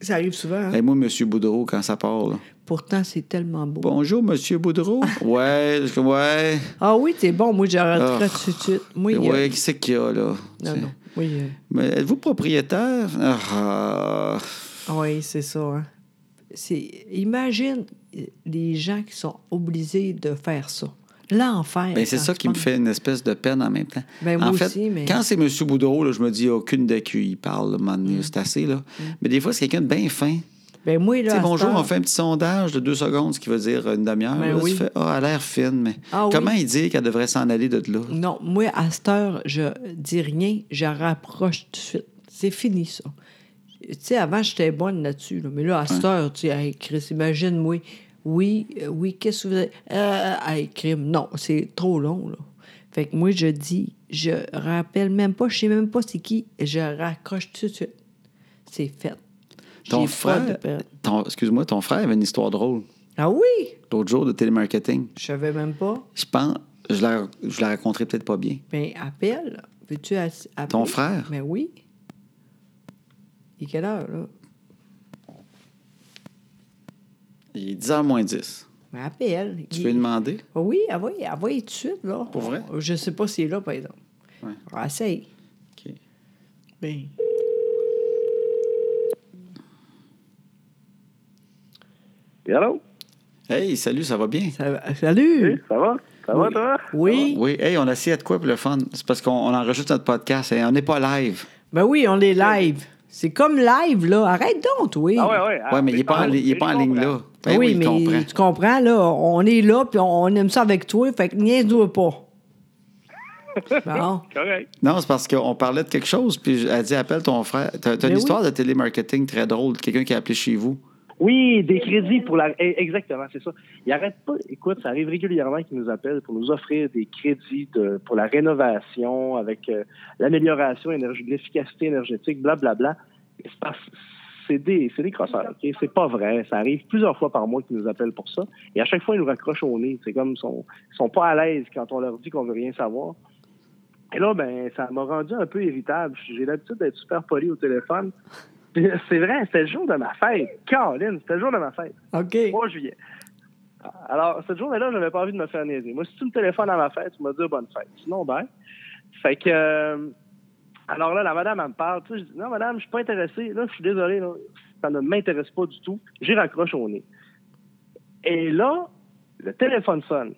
S2: Ça arrive souvent. hein.
S1: Et moi, Monsieur Boudreau, quand ça part, là,
S2: Pourtant, c'est tellement beau.
S1: Bonjour, Monsieur Boudreau. ouais, je- ouais.
S2: Ah oui, t'es bon. Moi, j'arrêterai
S1: Ah.
S2: tout de suite. Moi,
S1: Oui,
S2: euh,
S1: ouais, qui c'est qu'il y a, là
S2: Non,
S1: C'est-
S2: non. Oui, euh,
S1: Mais êtes-vous propriétaire Ah, ah.
S2: oui, c'est ça. hein. C'est... Imagine euh, les gens qui sont obligés de faire ça. L'enfer.
S1: Ben, c'est
S2: quand
S1: ça
S2: tu
S1: qui me
S2: penses.
S1: fait une espèce de peine en même temps.
S2: Ben, moi
S1: en fait,
S2: aussi, mais-
S1: quand c'est M. Boudreau, là, je me dis, il n'y a aucune idée qu'il parle, là, à un moment donné, c'est assez. Là. Mais des fois, c'est quelqu'un de bien fin.
S2: Ben, moi, Mm.
S1: Tu
S2: là.
S1: sais,
S2: à
S1: bonjour,
S2: cette heure-
S1: on fait un petit sondage de deux secondes, ce qui veut dire une demi-heure.
S2: Ben
S1: là,
S2: oui.
S1: Tu fais, ah, elle a l'air fine, mais
S2: Ah oui.
S1: comment il dit qu'elle devrait s'en aller de là?
S2: Non, moi, à cette heure, je dis rien, je rapproche tout de suite. C'est fini, ça. Tu sais, avant, j'étais bonne là-dessus, là, mais là, à cette heure, tu sais, hey, Chris, imagine-moi. Oui, euh, oui, qu'est-ce que vous avez. Euh, hey, crime. Non, c'est trop long, là. Fait que moi, je dis, je rappelle même pas, je sais même pas c'est qui, je raccroche tout de suite. C'est fait.
S1: Ton
S2: J'ai peur de
S1: frère,
S2: perdre.
S1: ton- excuse-moi, ton frère avait une histoire drôle
S2: Ah oui!
S1: l'autre jour de télémarketing.
S2: Je savais même pas.
S1: Je pense, je la, je la raconterai peut-être pas bien.
S2: Ben, appelle. Veux-tu ass- appeler?
S1: Ton frère?
S2: Ben oui. Il est quelle heure, là?
S1: Il est 10h moins 10.
S2: Mais Ben, appelle.
S1: Tu
S2: Il-
S1: peux lui demander?
S2: Ah Oui, elle va, y- elle va y tout de suite, là. Euh,
S1: Pour vrai?
S2: Je sais pas si elle est là, par exemple.
S1: Ouais.
S2: On essaye.
S1: OK.
S2: Ben.
S4: Et allô?
S1: Hey, salut, ça va bien?
S2: Ça va- euh, Salut!
S4: Oui, ça va? Ça va,
S2: Oui.
S4: toi?
S2: Oui.
S1: Oui, hey, on a essayé de quoi pour le fun? C'est parce qu'on on enregistre notre podcast et on n'est pas live.
S2: Ben oui, on est live. C'est comme live, là. Arrête donc, oui.
S4: Ah, ouais, ouais.
S1: Oui, mais il n'est pas, en li- il est pas en ligne là. Ben
S2: oui,
S1: je
S2: mais
S1: comprends.
S2: tu comprends, là, on est là, puis on on aime ça avec toi, fait que niaise-toi pas. Bon.
S4: Correct.
S1: Non, c'est parce qu'on parlait de quelque chose, puis elle dit appelle ton frère. T'as t'as une
S2: Mais oui.
S1: histoire de télémarketing très drôle, de quelqu'un qui a appelé chez vous.
S4: Oui, des crédits pour la. eh, Exactement, c'est ça. Ils arrêtent pas. Écoute, ça arrive régulièrement qu'ils nous appellent pour nous offrir des crédits de- pour la rénovation, avec euh, l'amélioration énergie, l'efficacité énergétique, blablabla. Et C'est parce- c'est des, c'est des crosseurs, ok? C'est pas vrai. Ça arrive plusieurs fois par mois qu'ils nous appellent pour ça. Et à chaque fois, ils nous raccrochent au nez. C'est comme ils sont, ils sont pas à l'aise quand on leur dit qu'on veut rien savoir. Et là, ben, ça m'a rendu un peu irritable. J'ai l'habitude d'être super poli au téléphone. Puis, C'est vrai, c'était le jour de ma fête. Caroline, c'était le jour de ma fête.
S2: OK.
S4: 3 juillet. Alors, cette journée-là, j'avais pas envie de me faire niaiser. Moi, si tu me téléphones à ma fête, tu m'as dit bonne fête. Sinon, ben. Fait que. euh, alors là, la madame, elle me parle. Tu sais, je dis non, madame, je suis pas intéressé. Là, je suis désolé. Là, ça ne m'intéresse pas du tout. J'y raccroche au nez. Et là, le téléphone sonne.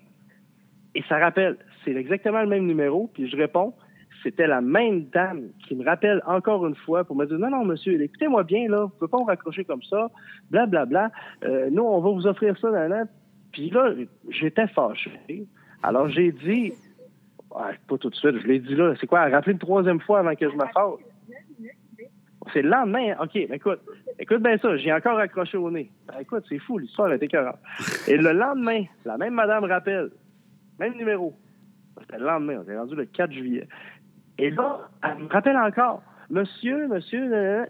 S4: Et ça rappelle. C'est exactement le même numéro. Puis je réponds. C'était la même dame qui me rappelle encore une fois pour me dire non, non, monsieur, écoutez-moi bien, là, vous ne pouvez pas vous raccrocher comme ça, blablabla. Bla, bla. Euh, nous, on va vous offrir ça, nan, nan. Puis là, j'étais fâché. Alors j'ai dit, Ouais, pas tout de suite, je l'ai dit là, c'est quoi, rappeler une troisième fois avant que je me fasse? C'est le lendemain, OK, ben écoute, écoute bien ça, j'ai encore accroché au nez. Ben écoute, c'est fou, l'histoire est écœurante. Et le lendemain, la même madame rappelle, même numéro. C'était le lendemain, on est rendu le 4 juillet. Et là, elle me rappelle encore, monsieur, monsieur, euh,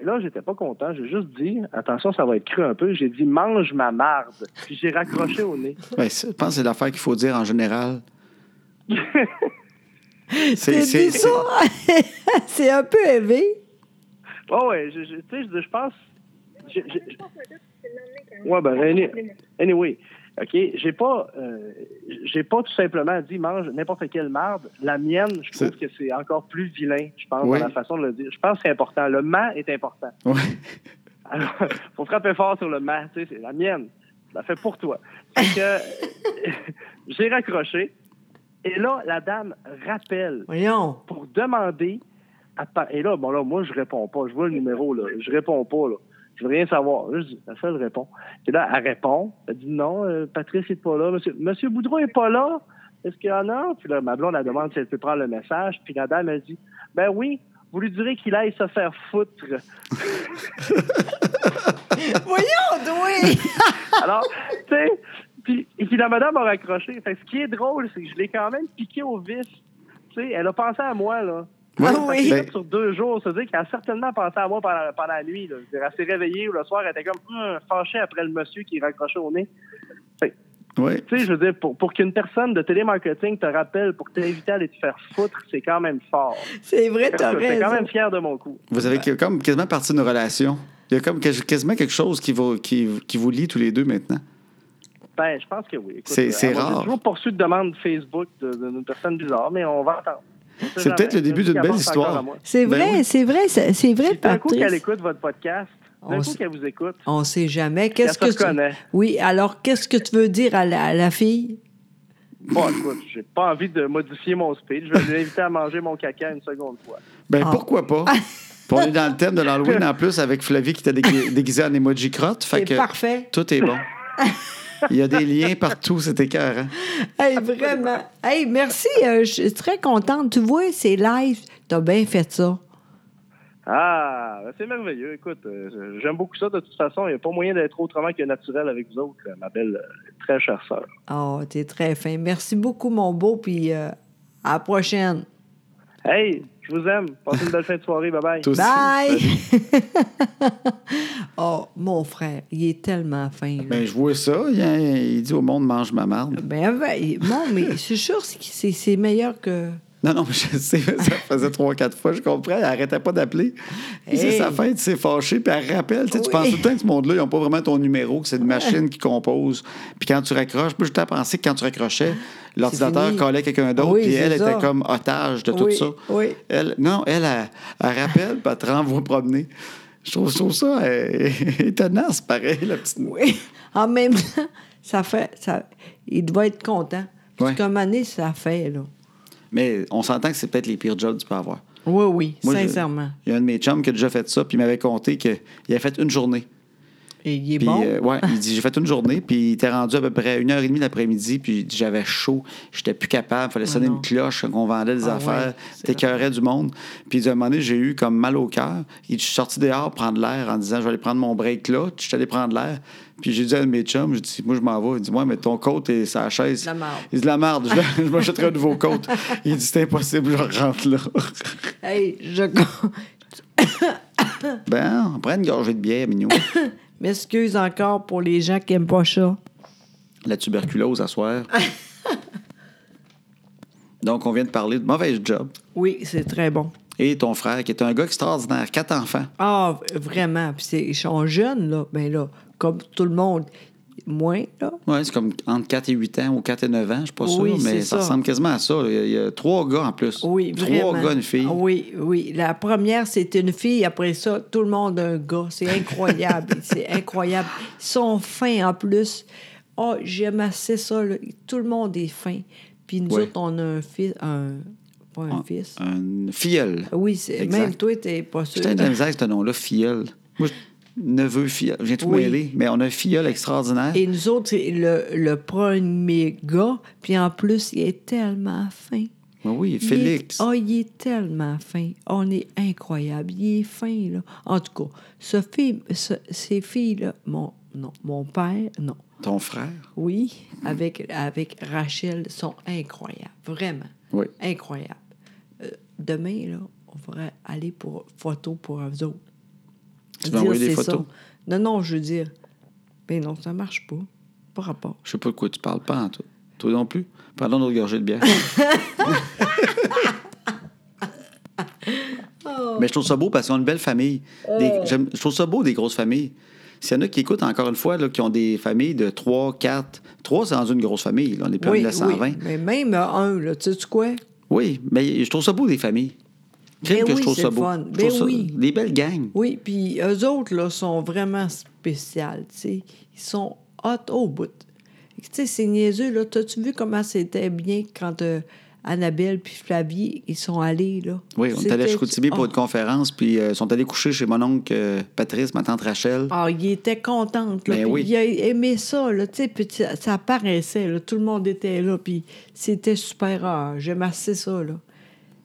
S4: et là, j'étais pas content, j'ai juste dit, attention, ça va être cru un peu, j'ai dit, mange ma marde, puis j'ai raccroché au nez.
S1: Ben, c'est- je pense que c'est l'affaire qu'il faut dire en général.
S2: T'as dit ça? C'est un peu élevé.
S4: Oh, ouais, je, je- tu sais, je, je pense. je- je-
S5: Je pense que c'est le lendemain quand même.
S4: Ouais, ben, any- anyway. OK, j'ai pas, euh, j'ai pas tout simplement dit mange n'importe quelle marde. La mienne, je trouve que c'est encore plus vilain, je pense,
S1: Oui.
S4: dans la façon de le dire. Je pense que c'est important. Le ma est important.
S1: Ouais.
S4: Alors, faut frapper fort sur le ma, tu sais, c'est la mienne. Je la fais pour toi. Fait que, j'ai raccroché. Et là, la dame rappelle
S2: Voyons.
S4: pour demander. à pa- Et là, bon, là, moi, je réponds pas. Je vois le numéro, là. Je réponds pas, là. Je veux rien savoir. Là, je dis, la seule répond. Et là, elle répond. Elle dit, non, euh, Patrice n'est pas là. Monsieur, Monsieur Boudreau est pas là. Est-ce qu'il y en a? Puis là, ma blonde, elle demande si elle peut prendre le message. Puis la dame, elle dit, ben oui, vous lui direz qu'il aille se faire foutre.
S2: Voyons, doué!
S4: Alors, tu sais, puis, et puis la madame a raccroché. Fait que ce qui est drôle, c'est que je l'ai quand même piqué au vif. Tu sais, elle a pensé à moi, là.
S2: Ah
S4: Fait que
S2: oui.
S4: là,
S1: Ben,
S4: sur deux jours, ça veut dire qu'elle a certainement pensé à moi pendant, pendant la nuit. Là. Je veux dire, Elle s'est réveillée ou le soir, elle était comme hum, fâchée après le monsieur qui raccrochait au nez.
S1: ouais.
S4: Tu sais, je veux dire, pour, pour qu'une personne de télémarketing te rappelle pour t'inviter à aller te faire foutre, c'est quand même fort.
S2: C'est vrai, t'as
S4: J'étais quand
S2: raison.
S4: même fier de mon coup.
S1: Vous avez que- comme quasiment parti d'une relation. Il y a comme que- quasiment quelque chose qui vous, qui, qui vous lie tous les deux maintenant.
S4: Ben, je pense que oui. Écoute,
S1: C'est-
S4: euh,
S1: c'est
S4: on va dire
S1: rare.
S4: toujours poursuite de demande Facebook de- de- d'une personne bizarre, mais on va attendre. On sait
S1: C'est
S4: jamais.
S1: peut-être le début
S4: Peut-être
S1: d'une
S4: qu'elle
S1: belle
S4: pense encore
S1: histoire.
S4: à moi.
S2: C'est
S1: Ben
S2: vrai,
S1: oui.
S2: c'est vrai, c'est c'est vrai,
S4: Puis D'un coup qu'elle
S2: Patrice.
S4: écoute votre podcast, d'un
S2: On
S4: coup
S2: s-
S4: qu'elle vous écoute,
S2: On sait jamais.
S4: qu'elle
S2: Qu'est-ce
S4: se
S2: que tu-
S4: reconnaît.
S2: Oui, alors qu'est-ce que tu veux dire à la, à la fille?
S4: Bon, oh, écoute, j'ai pas envie de modifier mon speech. Je vais l'inviter à manger mon caca une seconde fois.
S1: Ben,
S2: Ah.
S1: pourquoi pas? Puis on est dans le thème de l'Halloween en plus avec Flavie qui t'a dégui- déguisé en emoji crotte. Fait
S2: C'est
S1: que
S2: parfait.
S1: tout est bon. Il y a des liens partout, c'est écœurant.
S2: Hey, vraiment. Hey, merci. euh, je suis très contente. Tu vois, c'est live. T'as bien fait ça.
S4: Ah, ben, c'est merveilleux. Écoute, euh, j'aime beaucoup ça de toute façon. Il n'y a pas moyen d'être autrement que naturel avec vous autres, euh, ma belle, euh, très chère sœur.
S2: Oh, t'es très fin. Merci beaucoup, mon beau, puis euh, à la prochaine.
S4: Hey, je vous aime. Passez une belle fin de soirée. Bye-bye.
S1: Toi aussi.
S2: Bye! oh, mon frère, il est tellement fin. là.
S1: Ben, je vois ça. Il, y a- il dit au monde, mange ma marde.
S2: Ben, ben, non, mais c'est sûr, c'est- c'est c'est meilleur que.
S1: Non, non, mais je sais, ça faisait trois, quatre fois, je comprends. Elle arrêtait pas d'appeler. Et C'est
S2: Hey.
S1: sa fête, c'est fâché, puis elle rappelle. Tu sais, tu
S2: Oui.
S1: penses tout le temps que ce monde-là, ils n'ont pas vraiment ton numéro, que c'est une machine qui compose. Puis quand tu raccroches, moi, j'étais à penser que quand tu raccrochais, l'ordinateur
S2: fini.
S1: collait quelqu'un d'autre,
S2: Oui,
S1: puis
S2: c'est
S1: elle
S2: ça.
S1: était comme otage de
S2: Oui,
S1: tout ça.
S2: oui.
S1: Elle, non, elle, elle, elle rappelle, puis elle te renvoie promener. Je trouve, je trouve ça euh, étonnant, c'est pareil, la petite.
S2: Oui. En même temps, ça fait. Ça... Il doit être content. Parce
S1: Ouais.
S2: qu'à année, ça fait, là.
S1: Mais on s'entend que c'est peut-être les pires jobs que tu peux avoir.
S2: Oui, oui,
S1: Moi, je-
S2: sincèrement.
S1: Il y a un de mes chums qui a déjà fait ça, puis il m'avait conté qu'il avait fait une journée.
S2: Et il est
S1: Puis,
S2: bon.
S1: euh, ouais, il dit, j'ai fait une journée, puis il était rendu à peu près une heure et demie l'après-midi, puis il dit, j'avais chaud, j'étais plus capable, fallait sonner
S2: Ah non.
S1: une cloche, qu'on vendait des
S2: Ah ouais,
S1: affaires,
S2: c'est
S1: t'écœurais du monde. Puis il dit, à un moment donné, j'ai eu comme mal au cœur. Il dit, je suis sorti dehors prendre l'air en disant, je vais aller prendre mon break là, je suis allé prendre l'air. Puis j'ai dit à un de mes chums, je dis, moi, je m'en vais. Il dit, moi, mais ton coat et sa chaise.
S2: La marde.
S1: Il dit, la merde, je, je m'achèterai un nouveau coat. Il dit, c'est impossible, je rentre là.
S2: Hey, je.
S1: ben, on prend une gorgée de bière, mignon.
S2: M'excuse encore pour les gens qui n'aiment pas ça.
S1: la tuberculose à soir. Donc, on vient de parler de mauvais job.
S2: Oui, c'est très bon.
S1: Et ton frère, qui est un gars extraordinaire, quatre enfants.
S2: Ah, v- vraiment. Puis c'est- ils sont jeunes, là. Ben là, comme tout le monde. Moins, là.
S1: Ouais, c'est comme entre 4 et 8 ans ou 4 et 9 ans, je suis pas sûr,
S2: Oui,
S1: mais
S2: c'est
S1: ça,
S2: ça.
S1: ressemble quasiment à ça. Il y a, il y a trois gars en plus.
S2: Oui,
S1: trois
S2: vraiment. Ah
S1: gars, une fille.
S2: Oui, oui. La première, c'était une fille. Après ça, tout le monde un gars. C'est incroyable. c'est incroyable. Ils sont fins en plus. Oh, j'aime assez ça. là. Tout le monde est fin. Puis nous
S1: Ouais.
S2: autres, on a un fils. Un... Pas un, fils.
S1: Une filleule.
S2: Ah Oui, c'est...
S1: Exact.
S2: même toi, t'es pas sûr.
S1: Putain, de la misère avec ce nom-là, filleule. Moi, je- neveu, filleule. Je viens tout
S2: Oui.
S1: mêler, mais on a un filleule extraordinaire.
S2: Et nous autres, c'est le, le premier gars. Puis en plus, il est tellement fin.
S1: Oui, oui,
S2: Il
S1: Félix.
S2: est- Ah, il est tellement fin. On est incroyable. Il est fin, là. En tout cas, ce film, ce- ces filles-là, mon, non, mon père, non.
S1: Ton frère.
S2: Oui, avec, avec Rachel, sont incroyables. Vraiment.
S1: Oui.
S2: Incroyables. Euh, demain, là, on va aller pour photo pour eux autres.
S1: Tu vas envoyer des
S2: c'est
S1: photos?
S2: ça. Non, non, je veux dire. Ben non, ça marche pas. Pas rapport.
S1: Je sais pas de quoi tu parles, pas en tout. Toi non plus. Parlons d'autres gorgées de bière.
S2: Oh,
S1: Mais je trouve ça beau parce qu'on a une belle famille. Des- j'aime- je trouve ça beau des grosses familles. S'il y en a qui écoutent encore une fois, là, qui ont des familles de 3, 4, 3 c'est dans une grosse famille, là, on est plus en
S2: oui,
S1: 1920.
S2: oui. Mais même euh, un, là, tu sais quoi?
S1: Oui, mais je trouve ça beau des familles. Crime
S2: Ben
S1: que je
S2: oui,
S1: trouve
S2: c'est
S1: ça
S2: le
S1: beau.
S2: fun.
S1: Je trouve
S2: Ben
S1: ça-
S2: oui.
S1: Des belles gangs.
S2: Oui, puis eux autres, là, sont vraiment spéciales, tu sais. Ils sont hot au bout. Tu sais, c'est niaiseux, là. T'as-tu vu comment c'était bien quand euh, Annabelle puis Flavie, ils sont allés, là?
S1: Oui, on est allé à
S2: C'était-
S1: Chicoutimi pour
S2: Oh.
S1: une conférence, puis euh, ils sont allés coucher chez mon oncle euh, Patrice, ma tante Rachel.
S2: Ah, il était contente, là.
S1: Ben
S2: puis
S1: oui.
S2: Il a aimé ça, là, tu sais, puis ça, ça paraissait, là. Tout le monde était là, puis c'était super. Ah, J'aime assez ça, là.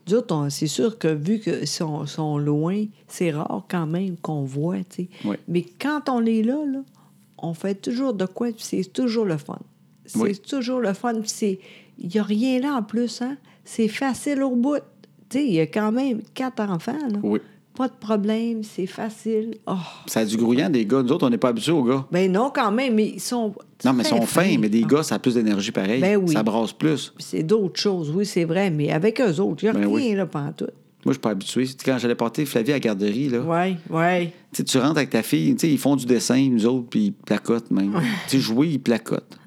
S2: Nous autres, on- c'est sûr que vu qu'ils sont, sont loin, c'est rare quand même qu'on voit, tu sais.
S1: Oui.
S2: Mais quand on est là, là, on fait toujours de quoi, puis c'est toujours le fun. C'est
S1: Oui.
S2: toujours le fun, puis c'est... Il n'y a rien là en plus, hein. C'est facile au bout. Tu sais, il y a quand même quatre enfants, là.
S1: Oui.
S2: Pas de problème, c'est facile. Oh!
S1: Ça a du grouillant des gars. Nous autres, on n'est pas habitués aux gars.
S2: Ben non, quand même, mais ils sont.
S1: Non, mais ils
S2: très
S1: sont fins, mais des
S2: Ah,
S1: gars, ça a plus d'énergie pareil.
S2: Ben oui.
S1: Ça brasse plus.
S2: C'est d'autres choses, oui, c'est vrai, mais avec eux autres, il n'y a
S1: Ben
S2: rien,
S1: oui.
S2: là, pantoute.
S1: Moi, je suis pas habitué. Tu sais, Quand j'allais porter Flavie à la garderie, là,
S2: Oui, oui.
S1: tu sais, tu rentres avec ta fille, tu sais, ils font du dessin, nous autres, puis ils placotent même. tu sais, jouer, ils placotent.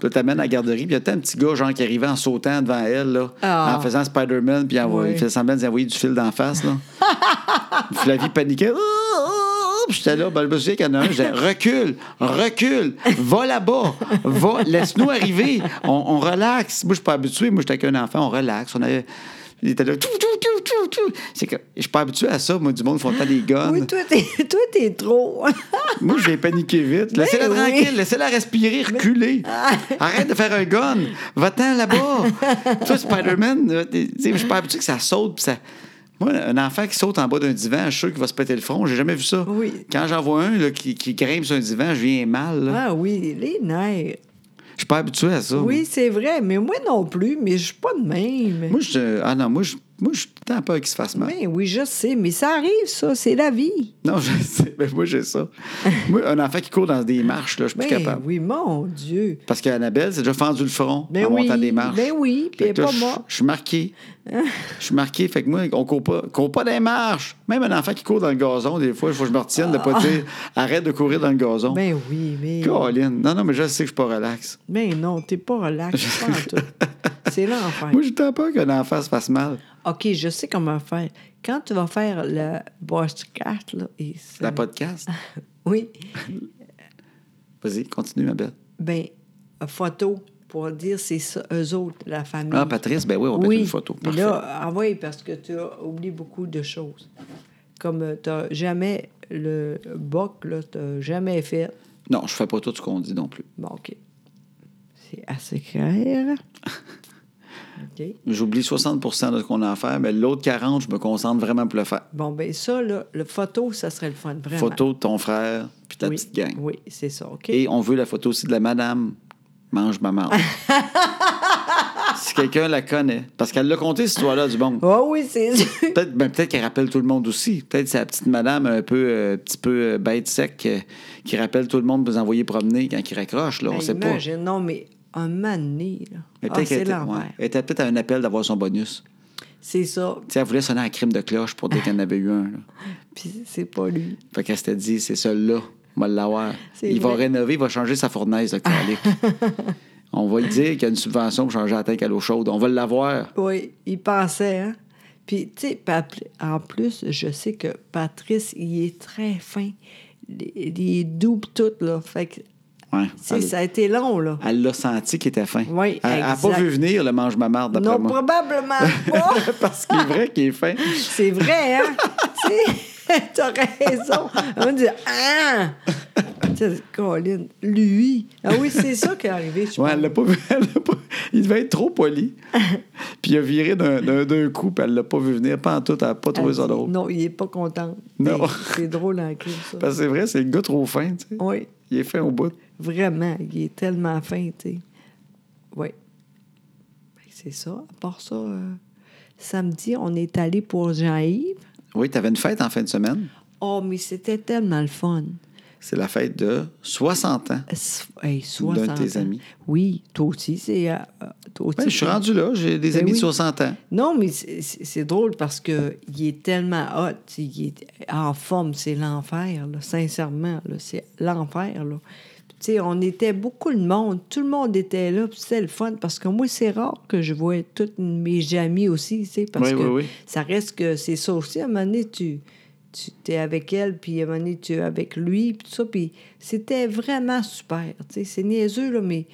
S1: Puis là, t'amènes à la garderie, puis il y a tant un petit gars, genre, qui arrivait en sautant devant elle, là,
S2: Ah.
S1: en faisant Spider-Man, puis en-
S2: Oui.
S1: il faisait semblant d'y envoyer du fil d'en face, là. Flavie paniquait. Ah, ah, ah. Puis j'étais là, ben, je me souviens qu'il y en a un, je disais, recule, recule, va là-bas, va, laisse-nous arriver, on, on relaxe. Moi, je suis pas habitué, moi, j'étais qu'un enfant, on relaxe, on avait... Il était là, tout, tout, tout, tout, tout. C'est que je suis pas habitué à ça, moi, du monde, font tant des guns.
S2: Oui, toi, t'es, toi, t'es trop.
S1: Moi, j'ai paniqué vite. Laissez-la
S2: Eh oui. Ah.
S1: tranquille, laissez-la respirer, reculer. Arrête de faire un gun. Va-t'en là-bas. Toi, Spider-Man, euh, t'es- tu sais, je suis pas habitué que ça saute. pis ça... Moi, un enfant qui saute en bas d'un divan, je suis sûr qu'il va se péter le front. J'ai jamais vu ça.
S2: Oui.
S1: Quand j'en vois un là, qui, qui grimpe sur un divan, je viens mal. là.
S2: ah oui, les nerfs.
S1: Je suis pas habitué à ça.
S2: Oui, c'est vrai, mais moi non plus, mais je suis pas de même.
S1: Moi, je. Ah non, moi, je. Moi, je suis tout le temps peur qu'il se fasse mal.
S2: Mais oui, je sais, mais ça arrive, ça, c'est la vie.
S1: Non, je sais. Mais moi, j'ai ça. moi, un enfant qui court dans des marches, là, je suis plus
S2: Ben
S1: capable.
S2: oui, mon Dieu.
S1: Parce qu'Annabelle, c'est déjà fendu le front
S2: Ben
S1: en
S2: oui,
S1: montant des marches.
S2: ben oui, puis
S1: Fait
S2: elle
S1: que
S2: est
S1: là,
S2: pas
S1: je-
S2: morte.
S1: Je suis marqué. Je suis marqué. Fait que moi, on court pas, court pas dans les marches. Même un enfant qui court dans le gazon, des fois, il faut que je me retienne de pas dire arrête de courir dans le gazon.
S2: Ah. Ben oui, mais.
S1: Caroline. Non, non, mais je sais que je suis pas relax.
S2: Ben non, t'es pas relax, pantoute. C'est l'enfer.
S1: Moi, j'ai tant peur qu'un enfant se fasse mal.
S2: OK, je sais comment faire. Quand tu vas faire le podcast, là, et c'est-
S1: La podcast.
S2: oui,
S1: Vas-y, continue, ma belle.
S2: ben photo pour dire c'est ça, eux autres, la famille.
S1: Ah, Patrice, ben oui, on va mettre
S2: oui,
S1: une photo.
S2: mais
S1: Parfait.
S2: là, envoyez parce que tu as oublié beaucoup de choses. Comme tu n'as jamais le boc, là, tu n'as jamais fait.
S1: Non, je fais pas tout ce qu'on dit non plus.
S2: Bon, OK. C'est assez clair. OK.
S1: J'oublie 60 de ce qu'on a à faire, mais l'autre 40, je me concentre vraiment pour le faire.
S2: Bon, ben ça, là, le photo, ça serait le fun, vraiment.
S1: Photo de ton frère puis de ta
S2: oui,
S1: petite gang.
S2: Oui, c'est ça, OK.
S1: Et on veut la photo aussi de la madame mange ma marde. si quelqu'un la connaît. Parce qu'elle l'a compté, cette histoire-là, du bon.
S2: Ah oui, c'est sûr.
S1: Peut-être ben, peut-être qu'elle rappelle tout le monde aussi. Peut-être que c'est la petite madame un peu, euh, petit peu euh, bête sec euh, qui rappelle tout le monde pour les envoyer promener quand ils raccrochent. Là, on
S2: Ben,
S1: sait pas.
S2: imagine, Non, mais un mané, là.
S1: Mais
S2: Ah,
S1: peut-être qu'elle
S2: c'est
S1: était,
S2: l'enfer.
S1: ouais. Elle était peut-être à un appel d'avoir son bonus.
S2: C'est ça.
S1: Tu sais, elle voulait sonner un crime de cloche pour dire qu'elle en avait eu un. là.
S2: Puis c'est pas lui.
S1: Fait qu'elle s'était dit, c'est celui-là, on va l'avoir.
S2: C'est
S1: Il va
S2: vrai.
S1: rénover, il va changer sa fournaise de colique. on va lui dire qu'il y a une subvention pour changer la tête à l'eau chaude. On va l'avoir.
S2: Oui, il pensait, hein. Puis, tu sais, pa- en plus, je sais que Patrice, il est très fin. Il il est doux pis tout, là. Fait que, tu
S1: Ouais.
S2: sais,
S1: Elle,
S2: ça a été long, là.
S1: elle l'a senti qu'il était fin.
S2: Oui,
S1: elle n'a pas
S2: exact.
S1: vu venir le mange ma marde d'après
S2: Non,
S1: moi.
S2: probablement pas.
S1: Parce qu'il est vrai qu'il est fin.
S2: C'est vrai, hein? tu sais, t'as raison. On va dire, ah! Tu sais, Colin, lui. Ah oui, c'est ça qui est arrivé, je
S1: Ouais,
S2: pense.
S1: elle l'a pas vu. elle l'a pas- Il devait être trop poli. puis il a viré d'un- d'un d'un coup, puis elle l'a pas vu venir. Pas en tout, elle n'a pas trouvé
S2: Elle
S1: ça
S2: dit,
S1: drôle.
S2: Non, il est pas content.
S1: Non.
S2: Hey, C'est drôle en crime, ça.
S1: Parce que c'est vrai, c'est le gars trop fin. tu sais.
S2: Oui,
S1: Il est fin au bout.
S2: vraiment, il est tellement fin, tu sais. Oui. Fait que C'est ça. À part ça, euh, samedi, on est allé pour Jean-Yves.
S1: Oui, tu avais une fête en fin de semaine.
S2: Oh, mais c'était tellement le fun.
S1: c'est la fête de 60 ans
S2: S- hey,
S1: d'un
S2: 60
S1: de tes
S2: ans.
S1: amis.
S2: Oui, toi aussi, c'est... euh, toi aussi,
S1: Ben, je suis
S2: c'est-
S1: rendu là, j'ai des
S2: Ben
S1: amis de
S2: oui.
S1: 60 ans.
S2: Non, mais c'est- c'est c'est drôle parce que il est tellement hot, tu sais, il est en forme, c'est l'enfer, là, sincèrement, là, c'est l'enfer. là. Tu sais, on était beaucoup de monde, tout le monde était là, puis c'était le fun parce que moi, c'est rare que je vois toutes mes amies aussi, tu sais, parce
S1: Oui,
S2: que
S1: oui, oui.
S2: ça reste que c'est ça aussi. À un moment donné, tu, tu es avec elle, puis à un moment donné, tu es avec lui, puis tout ça, puis c'était vraiment super, tu sais, c'est niaiseux, là, mais.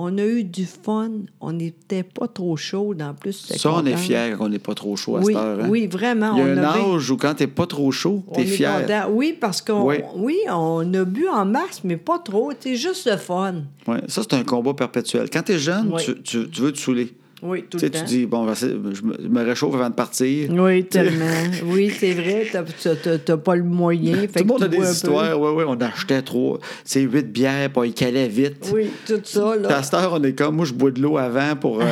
S2: On a eu du fun, on n'était pas trop chaud, en plus. c'était
S1: Ça, on est
S2: content.
S1: fiers qu'on n'est pas trop chaud à
S2: Oui,
S1: cette heure. hein.
S2: oui, vraiment.
S1: Il y a
S2: on
S1: un
S2: a bien-
S1: âge où quand t'es pas trop chaud,
S2: on
S1: t'es
S2: est
S1: fier.
S2: content. Oui, parce qu'on
S1: Oui.
S2: oui. on a bu en masse, mais pas trop. C'est juste le fun.
S1: Ouais, ça, c'est un combat perpétuel. Quand t'es jeune,
S2: Oui.
S1: tu, tu- tu veux te saouler.
S2: Oui, tout
S1: Tu sais,
S2: le
S1: tu
S2: temps.
S1: dis, bon, ben, c'est- je me je me réchauffe avant de partir.
S2: Oui, tellement. oui, c'est vrai, t'as- t'as t'as- t'as pas le moyen. fait
S1: Tout le
S2: que
S1: monde a
S2: tu bois
S1: des
S2: un peu.
S1: histoires. Oui, oui, on achetait trop. C'est huit bières, puis on y calait vite.
S2: Oui, tout ça,
S1: Puis À
S2: là.
S1: cette heure, on est comme, moi, je bois de l'eau avant pour. euh,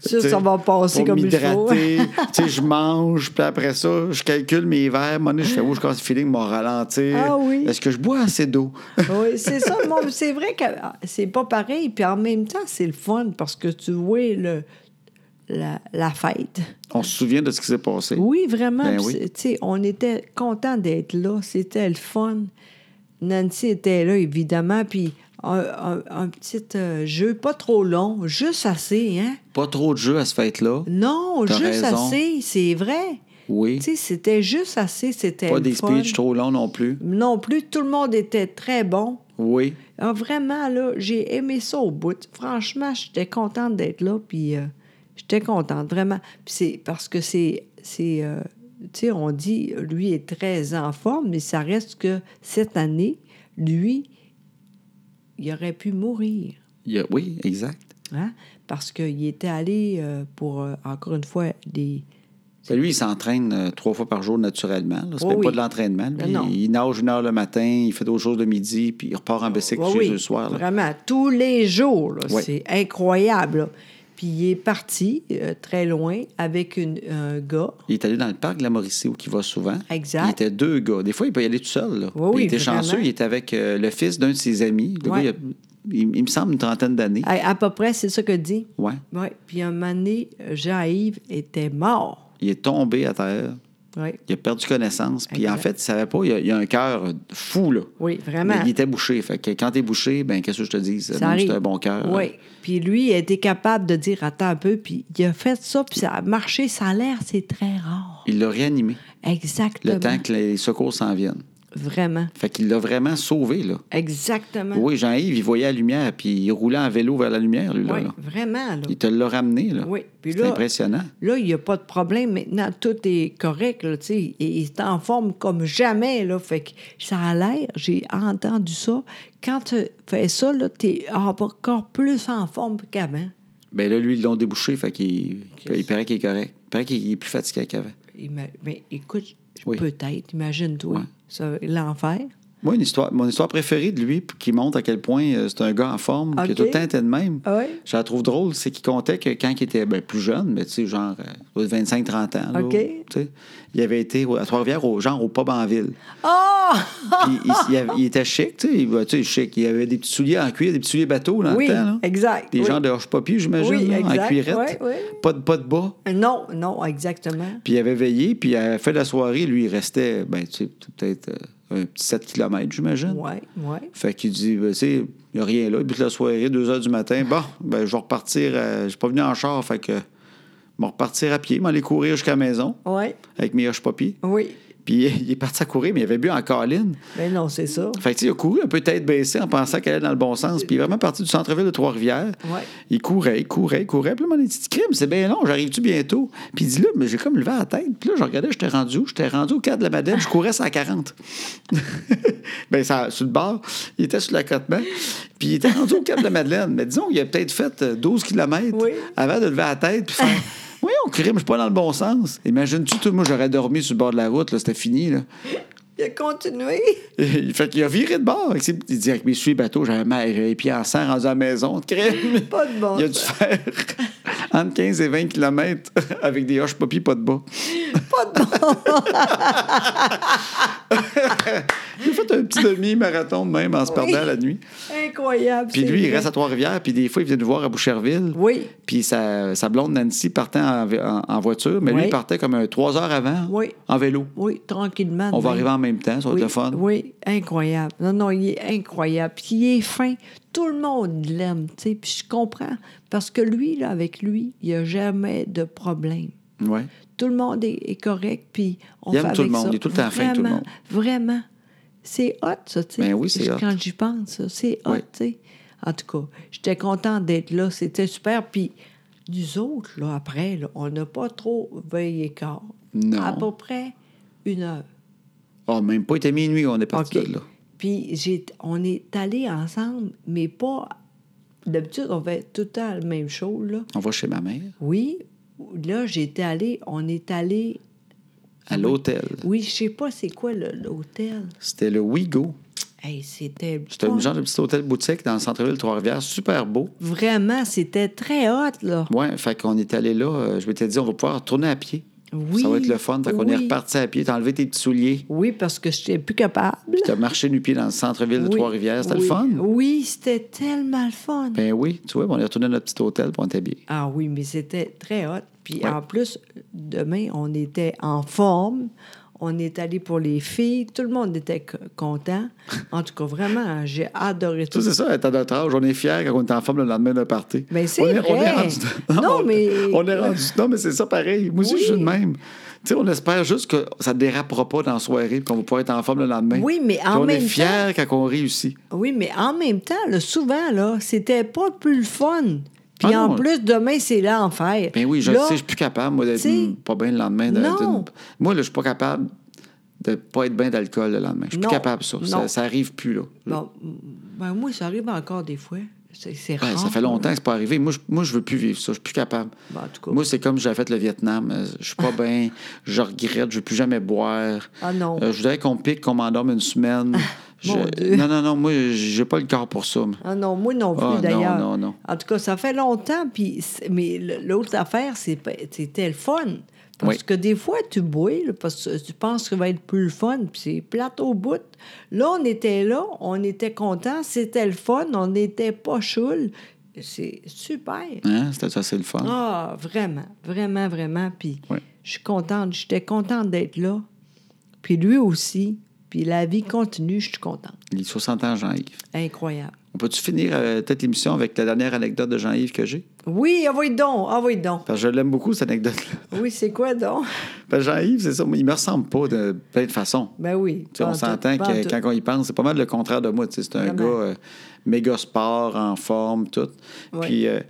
S2: Ça,
S1: tu sais,
S2: ça va passer
S1: pour
S2: comme il faut.
S1: m'hydrater. tu sais, je mange, puis après ça, je calcule mes verres. À un moment donné, je fais, où je commence le feeling, m'en ralentir.
S2: Ah oui.
S1: Est-ce que je bois assez d'eau?
S2: oui, c'est ça. Bon, c'est vrai que ah, c'est pas pareil. Puis en même temps, c'est le fun parce que tu vois le, la, la fête.
S1: On se souvient de ce qui s'est passé.
S2: Oui, vraiment.
S1: Ben
S2: Puis
S1: oui.
S2: c'est- tu sais, on était contents d'être là. C'était le fun. Nancy était là, évidemment. Puis un, un- un petit euh, jeu, pas trop long, juste assez, hein?
S1: Pas trop de jeux à ce fête-là.
S2: Non,
S1: T'as
S2: juste
S1: raison.
S2: assez, c'est vrai.
S1: Oui.
S2: Tu sais, c'était juste assez, c'était
S1: Pas
S2: le
S1: des
S2: fun.
S1: speeches trop longs non plus.
S2: Non plus, tout le monde était très bon.
S1: Oui.
S2: Ah, vraiment, là, j'ai aimé ça au bout. Franchement, j'étais contente d'être là, puis euh, j'étais contente, vraiment. Puis c'est parce que c'est... c'est euh, tu sais, on dit, lui est très en forme, mais ça reste que cette année, lui, il aurait pu mourir,
S1: Il y a- Oui, exact.
S2: hein, parce qu'il était allé euh, pour, euh, encore une fois, des...
S1: Ben, lui, il s'entraîne euh, trois fois par jour naturellement. là. C'est
S2: Oui,
S1: même pas
S2: oui.
S1: de l'entraînement. lui.
S2: Non, non.
S1: Il nage une heure le matin, il fait d'autres choses le midi, puis il repart en bicycle
S2: Ouais,
S1: chez
S2: oui,
S1: eux le soir. là.
S2: Vraiment, tous les jours. là.
S1: Ouais.
S2: C'est incroyable. là. Puis il est parti euh, très loin avec une, un gars.
S1: Il est allé dans le parc de la Mauricie où il va souvent.
S2: Exact.
S1: Il était deux gars. Des fois, il peut y aller tout seul. là.
S2: Oui, oui,
S1: il était
S2: vraiment.
S1: chanceux. Il était avec euh, le fils d'un de ses amis. Le
S2: Ouais. Ah.
S1: gars, il, a- il- il me semble une trentaine d'années.
S2: À, à peu près, c'est ça que dit.
S1: Ouais.
S2: Oui. Puis un moment donné, Jean-Yves était mort.
S1: Il est tombé à terre.
S2: Oui.
S1: Il a perdu connaissance. Puis
S2: Exact.
S1: en fait, il savait pas. Il a, il a un cœur fou, là.
S2: Oui, vraiment.
S1: Mais il était bouché. Fait que quand t'es bouché, ben qu'est-ce que je te dis?
S2: Ça
S1: Même si
S2: arrive.
S1: t'as un bon cœur.
S2: Oui. Puis lui, il a été capable de dire attends un peu. Puis il a fait ça, puis ça a marché. Ça a l'air, c'est très rare.
S1: Il l'a réanimé le
S2: Exactement.
S1: temps que les secours s'en viennent.
S2: Vraiment.
S1: Fait qu'il l'a vraiment sauvé, là.
S2: Exactement.
S1: Oui, Jean-Yves, il voyait la lumière, puis il roulait en vélo vers la lumière, lui, là.
S2: Oui,
S1: là.
S2: vraiment. Là.
S1: Il te l'a ramené, là.
S2: Oui. Puis
S1: C'est
S2: là-
S1: impressionnant.
S2: Là, il n'y a pas de problème. Maintenant, tout est correct. Là, tu sais. il, il est en forme comme jamais. Là, fait que ça a l'air, j'ai entendu ça. Quand tu fais ça, tu es encore plus en forme qu'avant.
S1: Ben là, lui, ils l'ont débouché, fait qu'il il paraît qu'il est correct. Il paraît qu'il est plus fatigué qu'avant.
S2: Ima- Mais écoute,
S1: Oui.
S2: peut-être, imagine-toi,
S1: Ouais.
S2: ça, l'enfer.
S1: Moi, une histoire, mon histoire préférée de lui, puis qui montre à quel point euh, c'est un gars en forme, qui a
S2: Ok.
S1: tout le temps été de même.
S2: Ah oui?
S1: Je la trouve drôle, c'est qu'il comptait que quand il était ben, plus jeune, mais tu sais, genre euh, 25-30 ans, là,
S2: Ok.
S1: tu sais, il avait été au- à Trois-Rivières, au, genre au pub en ville.
S2: Oh!
S1: Puis il, il avait- il était chic, tu sais, il- ben, tu sais, chic. Il avait des petits souliers en cuir, des petits souliers bateaux dans
S2: oui,
S1: le temps. là.
S2: exact.
S1: Des
S2: oui.
S1: gens de hoche papier j'imagine,
S2: Oui,
S1: là, en
S2: exact,
S1: cuirette.
S2: ouais, ouais.
S1: Pas, de, pas de bas.
S2: Non, non, exactement.
S1: Puis il avait veillé, puis à la fin de la soirée, lui, il restait, ben, tu sais, peut-être euh, un petit 7 km, j'imagine.
S2: Oui, oui.
S1: Fait qu'il dit, ben, tu sais, il n'y a rien là. Puis la soirée, 2 h du matin, bon, ben, je vais repartir. euh, je suis pas venu en char, fait que je vais repartir à pied, m'aller courir jusqu'à la maison
S2: Oui,
S1: avec mes hoches papier.
S2: oui.
S1: Puis il est parti à courir, mais il avait bu en colline.
S2: Mais non, c'est ça.
S1: Fait que, tu sais, il a couru un peu tête baissée en pensant qu'elle allait dans le bon sens. Puis il est vraiment parti du centre-ville de Trois-Rivières.
S2: Ouais.
S1: Il courait, il courait, il courait. Puis là, mon petit crime, c'est bien long, j'arrive-tu bientôt? Puis il dit là, mais j'ai comme levé la tête. Puis là, je regardais, j'étais rendu où? J'étais rendu au cadre de la Madeleine, je courais à 40. ben, ça, sur le bord, il était sur l'accotement. Puis il était rendu au cadre de la Madeleine. Mais disons, il a peut-être fait euh, 12 km
S2: Oui.
S1: avant de lever la tête. Puis faire. Voyons, crime, je suis pas dans le bon sens. Imagine-tu, tout, moi, j'aurais dormi sur le bord de la route, là, c'était fini, là.
S2: Il a continué.
S1: Il fait qu'il a viré de bord. avec ses- Il dit avec mes souliers bateaux, j'avais mal, j'avais les pieds en sang rendu à la maison. de crème.
S2: Pas de bon
S1: Il a dû
S2: sens.
S1: faire entre 15 et 20 km avec des hoches papiers pas de bas.
S2: Pas de
S1: J'ai fait un petit demi-marathon même en se
S2: Oui.
S1: perdant la nuit.
S2: Incroyable.
S1: Puis
S2: c'est
S1: lui, il
S2: vrai.
S1: reste à Trois-Rivières, puis des fois, il vient nous voir à Boucherville.
S2: Oui,
S1: Puis sa, sa blonde Nancy partait en, vé- en- en voiture, mais lui,
S2: Oui.
S1: il partait comme euh, trois heures avant
S2: Oui.
S1: en vélo.
S2: oui, tranquillement.
S1: On va
S2: demain.
S1: arriver en même temps, sur
S2: oui,
S1: le fun.
S2: Oui, incroyable. Non, non, il est incroyable. Puis il est fin. Tout le monde l'aime, tu sais. Puis je comprends. Parce que lui, là, avec lui, il n'y a jamais de problème.
S1: Ouais.
S2: Tout le monde est, est correct, puis on
S1: Il aime
S2: fait
S1: tout le
S2: avec
S1: monde,
S2: ça.
S1: il est tout le temps fin, tout le
S2: Vraiment,
S1: monde.
S2: Vraiment. C'est hot, ça, tu sais.
S1: Ben oui, c'est
S2: Je-
S1: hot.
S2: Quand j'y pense, ça, c'est hot,
S1: Oui.
S2: tu sais. En tout cas, j'étais contente d'être là, c'était super. Puis nous autres, là, après, là, on n'a pas trop veillé corps.
S1: Non.
S2: À peu près une heure.
S1: Oh, même pas, il était minuit, on est parti
S2: OK.
S1: de là.
S2: Puis j'ai- on est allés ensemble, mais pas... D'habitude, on fait tout le temps le même show, là.
S1: On va chez ma mère,
S2: Oui, là, j'étais allée... On est allés...
S1: à l'hôtel.
S2: Ah Oui, je sais pas c'est quoi le- l'hôtel.
S1: C'était le Wigo.
S2: Hey, c'était...
S1: C'était un genre de petit hôtel-boutique dans le centre-ville de Trois-Rivières, super beau.
S2: Vraiment, c'était très hot, là.
S1: Ouais, fait qu'on est allé là, euh, je m'étais dit, on va pouvoir retourner à pied.
S2: Oui.
S1: Ça va être le fun. Fait qu'on est
S2: Oui.
S1: reparti à pied, t'as enlevé tes petits souliers,
S2: Oui, parce que je n'étais plus capable.
S1: t'as marché nu pied dans le centre-ville de
S2: Oui.
S1: Trois-Rivières, c'était
S2: Oui.
S1: le fun.
S2: Oui, c'était tellement le fun.
S1: Ben oui, tu vois, on est retourné à notre petit hôtel, pour on était bien.
S2: Ah oui, mais c'était très hot. Puis
S1: Ouais.
S2: en plus, demain, on était en forme. On est allé pour les filles. Tout le monde était co- content. En tout cas, vraiment, j'ai adoré
S1: Ça,
S2: tout
S1: c'est ça, être à notre âge, on est fiers quand on est en forme le lendemain d'un party.
S2: Ben, c'est
S1: on est, on est
S2: vrai.
S1: rendu...
S2: Non, mais-
S1: On est rendu... Non, mais c'est ça pareil. Moi aussi,
S2: Oui.
S1: je suis le même. Tu sais, on espère juste que ça ne dérapera pas dans la soirée puis qu'on va pouvoir être en forme le lendemain.
S2: Oui, mais
S1: Puis
S2: en
S1: on est
S2: même
S1: fiers quand on réussit.
S2: Oui, mais en même temps, là, souvent, là, c'était pas plus le fun. Puis
S1: Ah
S2: en
S1: non.
S2: plus, demain, c'est l'enfer.
S1: Ben oui, je
S2: Là,
S1: le sais, je suis plus capable, moi, d'être
S2: tu sais,
S1: mm, pas bien le lendemain. de-
S2: non.
S1: d'une- Moi, là, je suis pas capable de pas être bien d'alcool le lendemain. Je suis plus
S2: Non,
S1: capable, ça.
S2: non.
S1: ça. Ça arrive plus, là.
S2: Bon, ben moi, ça arrive encore des fois. C'est c'est
S1: Ouais,
S2: rare.
S1: Ben, ça fait longtemps que c'est pas arrivé. Moi, je, moi, je veux plus vivre ça. Je suis plus capable.
S2: Ah. Ben, en tout cas.
S1: Moi, c'est comme j'avais fait le Vietnam. Euh, Je suis pas bien. Je regrette. Je veux plus jamais boire.
S2: Ah non. Ah,
S1: Euh, je voudrais qu'on pique, qu'on m'endorme une semaine. Je-
S2: Mon Dieu.
S1: Non, non, non. Moi, j'ai pas le corps pour ça. moi.
S2: Ah non, moi non plus,
S1: Ah, non,
S2: d'ailleurs.
S1: non, non.
S2: En tout cas, ça fait longtemps, puis c'est- mais le- l'autre affaire, c'est pas- c'était le fun. Parce
S1: Oui.
S2: que des fois, tu bois, là, parce que tu penses que va être plus le fun, puis c'est plate au bout. Là, on était là, on était content, c'était le fun, on n'était pas choule. C'est super.
S1: Hein? C'était ça, c'est le fun.
S2: Ah, vraiment, vraiment, vraiment. Puis
S1: Ouais.
S2: je suis contente, j'étais contente d'être là. Puis lui aussi. Puis la vie continue, je suis contente.
S1: Il est 60 ans, Jean-Yves.
S2: Incroyable.
S1: On peut-tu finir euh, peut-être l'émission avec la dernière anecdote de Jean-Yves que j'ai?
S2: Oui, envoyez donc, envoyez donc.
S1: Parce que je l'aime beaucoup, cette anecdote-là.
S2: Oui, c'est quoi donc?
S1: Parce que Jean-Yves, c'est ça. Il me ressemble pas de plein de façons.
S2: Ben oui.
S1: Tu sais, on
S2: pantoute,
S1: s'entend que
S2: pantoute.
S1: quand on y pense, c'est pas mal le contraire de moi. tu sais. C'est un
S2: Vraiment.
S1: gars euh, méga sport, en forme, tout.
S2: Ouais.
S1: Puis euh,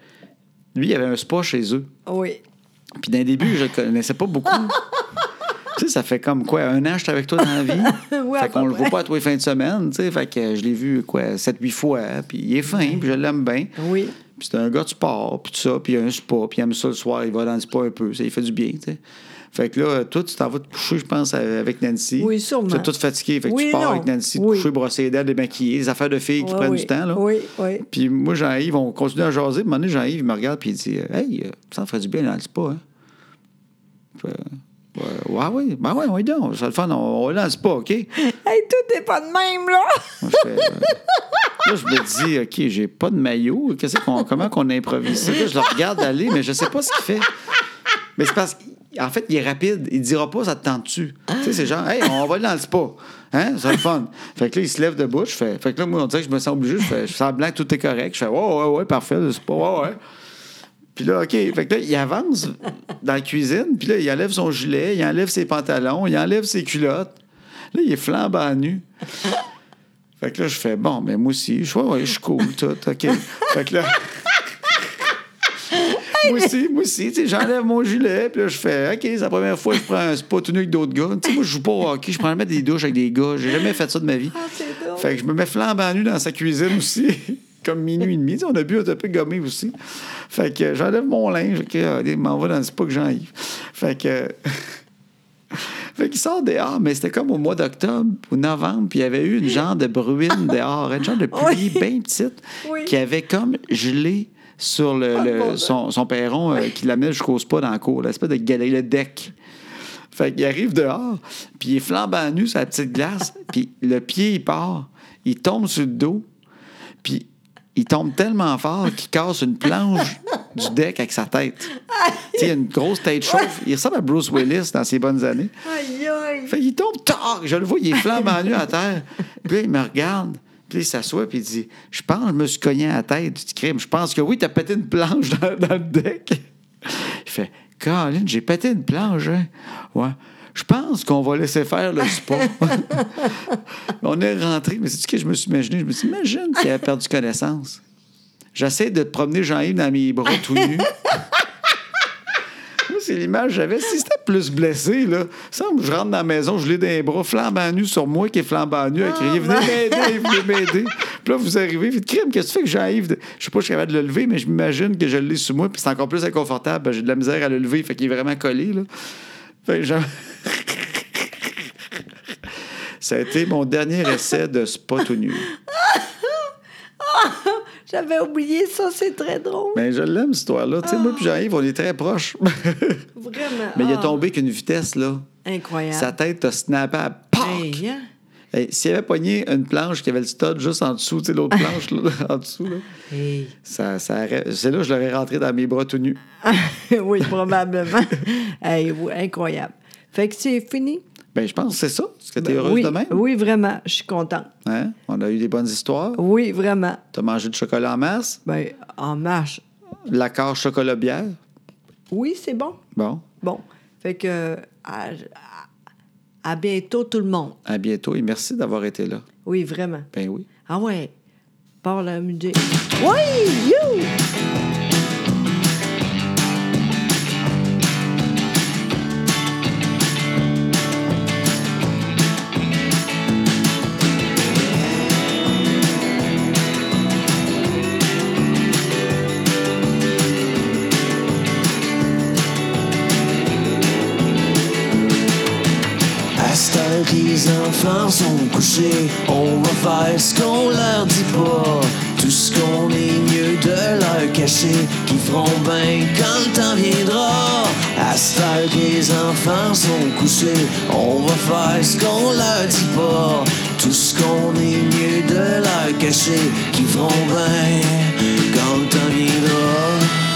S1: lui, il avait un spa chez eux.
S2: Oui.
S1: Puis d'un début, je le connaissais pas beaucoup. tu sais, ça fait comme quoi, un an, j'étais avec toi dans la vie.
S2: Ouais, à
S1: fait
S2: peu
S1: qu'on le
S2: près.
S1: voit pas à tous les fins de semaine. tu sais. Fait que euh, je l'ai vu, quoi, 7-8 fois. Puis il est fin, puis je l'aime bien.
S2: Oui.
S1: Puis c'est un gars de sport, puis tout ça, puis il a un spa, puis il aime ça le soir, il va dans le spa un peu, ça il fait du bien, tu sais. Fait que là, toi, tu t'en vas te coucher, je pense, avec Nancy.
S2: Oui, sûrement.
S1: Tu es toute fatiguée, fait que
S2: Oui,
S1: tu pars
S2: non.
S1: avec Nancy, te
S2: Oui.
S1: coucher, brosser les dents, démaquiller, les affaires de filles qui
S2: Ouais,
S1: prennent
S2: oui.
S1: du temps, là.
S2: Oui, oui.
S1: Puis moi, Jean-Yves, on continue à jaser. Puis, à un moment donné, Jean-Yves, il me regarde, puis il dit Hey, euh, ça ferait du bien dans le spa, hein. Je fais, Ouais, ouais, ouais, ben ouais, ouais, donc, ça le fun, on, on est dans le spa, OK?
S2: Hey, tout n'est pas de même, là!
S1: Moi, je fais, euh, Là, je me dis, OK, j'ai pas de maillot. Qu'est-ce qu'on, comment qu'on improvise ça? Là, je le regarde aller, mais je sais pas ce qu'il fait. Mais c'est parce qu'en fait, il est rapide. Il dira pas, ça te tente-tu? Tu sais, c'est genre, hey, on va aller dans le spa. Hein? C'est le fun. Fait que là, il se lève de bouche. Fait, fait que là, moi, on dirait que je me sens obligé. Je fais je semblant que tout est correct. Je fais, ouais, ouais, ouais, parfait, le spa, ouais, ouais. Puis là, OK. Fait que là, il avance dans la cuisine. Puis là, il enlève son gilet, il enlève ses pantalons, il enlève ses culottes. Là, il est flambant nu. Fait que là, je fais, bon, mais moi aussi, je, ouais, ouais, je suis cool, tout, OK. fait que là... moi aussi, moi aussi, tu sais, j'enlève mon gilet, puis là, je fais, OK, c'est la première fois que je prends un spa tout nu avec d'autres gars. Tu sais, moi, je joue pas au hockey, je prends jamais des douches avec des gars. J'ai jamais fait ça de ma vie.
S2: Ah, c'est drôle.
S1: Fait que je me mets flambant nu dans sa cuisine aussi, comme minuit et demi. Tu sais, on a bu, on a un peu gommé aussi. Fait que euh, j'enlève mon linge, OK, allez, m'en va dans le spa que j'enlève. Fait que... euh, Fait qu'il sort dehors, mais c'était comme au mois d'octobre ou novembre, puis il y avait eu une genre de bruine dehors, une genre de pluie
S2: Oui.
S1: bien petite,
S2: Oui.
S1: qui avait comme gelé sur le, le-
S2: bon Dieu.
S1: son, son perron euh, qui l'amenait jusqu'au spa dans la cour, l'espèce de galerie, le deck. Fait qu'il arrive dehors, puis il est flambant nu sur la petite glace, puis le pied, il part, il tombe sur le dos, puis il tombe tellement fort qu'il casse une planche du deck avec sa tête. Tu sais, il a une grosse tête chauve. Il ressemble à Bruce Willis dans ses bonnes années.
S2: Aïe, aïe.
S1: Fait, il tombe tard, je le vois, il est flambant nu à terre. Puis là, il me regarde, puis là, il s'assoit, puis il dit Je pense que je me suis cogné à la tête du crime. Je pense que oui, t'as pété une planche dans, dans le deck. Il fait Colin, j'ai pété une planche, hein? Ouais. Je pense qu'on va laisser faire le sport. On est rentré, mais c'est ce que je me suis imaginé. Je me suis dit, imagine qu'il a perdu connaissance. J'essaie de te promener Jean-Yves dans mes bras tout nus. Moi, c'est l'image que j'avais. Si c'était plus blessé, là, ça, je rentre dans la maison, je l'ai dans les bras, flambant nu sur moi qui est flambant
S2: Ah,
S1: nu, à crier Venez m'aider, venez m'aider. Puis là, vous arrivez, puis crime, qu'est-ce que tu fais que j'arrive de- Je sais pas, je suis capable de le lever, mais je m'imagine que je l'ai sous moi, puis c'est encore plus inconfortable. parce que J'ai de la misère à le lever, fait qu'il est vraiment collé, là. Fait que j'en- Ça a été mon dernier essai de spot tout nu.
S2: J'avais oublié ça, c'est très drôle.
S1: Mais je l'aime, cette histoire-là. Tu sais, moi, puis j'arrive, on est très proches.
S2: Vraiment.
S1: Mais il est
S2: Ah,
S1: tombé qu'une vitesse, là.
S2: Incroyable.
S1: Sa tête a snappé à PAC!
S2: Hey, hein?
S1: Hey, S'il avait pogné une planche qui avait le stud juste en dessous, tu sais, l'autre planche là, en dessous, là,
S2: Hey.
S1: ça, ça aurait- c'est là que je l'aurais rentré dans mes bras tout nus.
S2: oui, probablement. Hey, oui, incroyable. Fait que c'est fini.
S1: Ben, je pense que c'est ça. Est-ce que tu es
S2: Ben,
S1: heureuse
S2: oui,
S1: de même?
S2: oui, vraiment. Je suis contente.
S1: Hein? On a eu des bonnes histoires.
S2: Oui, vraiment.
S1: Tu as mangé du chocolat en masse,
S2: Ben, en marche.
S1: l'accord chocolat-bière.
S2: Oui, c'est bon.
S1: Bon,
S2: Bon. Fait que à, à- à bientôt tout le monde.
S1: à bientôt et merci d'avoir été là.
S2: Oui, vraiment.
S1: Ben oui.
S2: Ah ouais. Par la musique. Oui, you!
S3: À cette heure que les enfants sont couchés, on va faire ce qu'on leur dit pas. Tout ce qu'on est mieux de leur cacher, qui feront bien quand le temps viendra. À cette heure que les enfants sont couchés, on va faire ce qu'on leur dit pas. Tout ce qu'on est mieux de leur cacher, qui feront bien quand le temps viendra.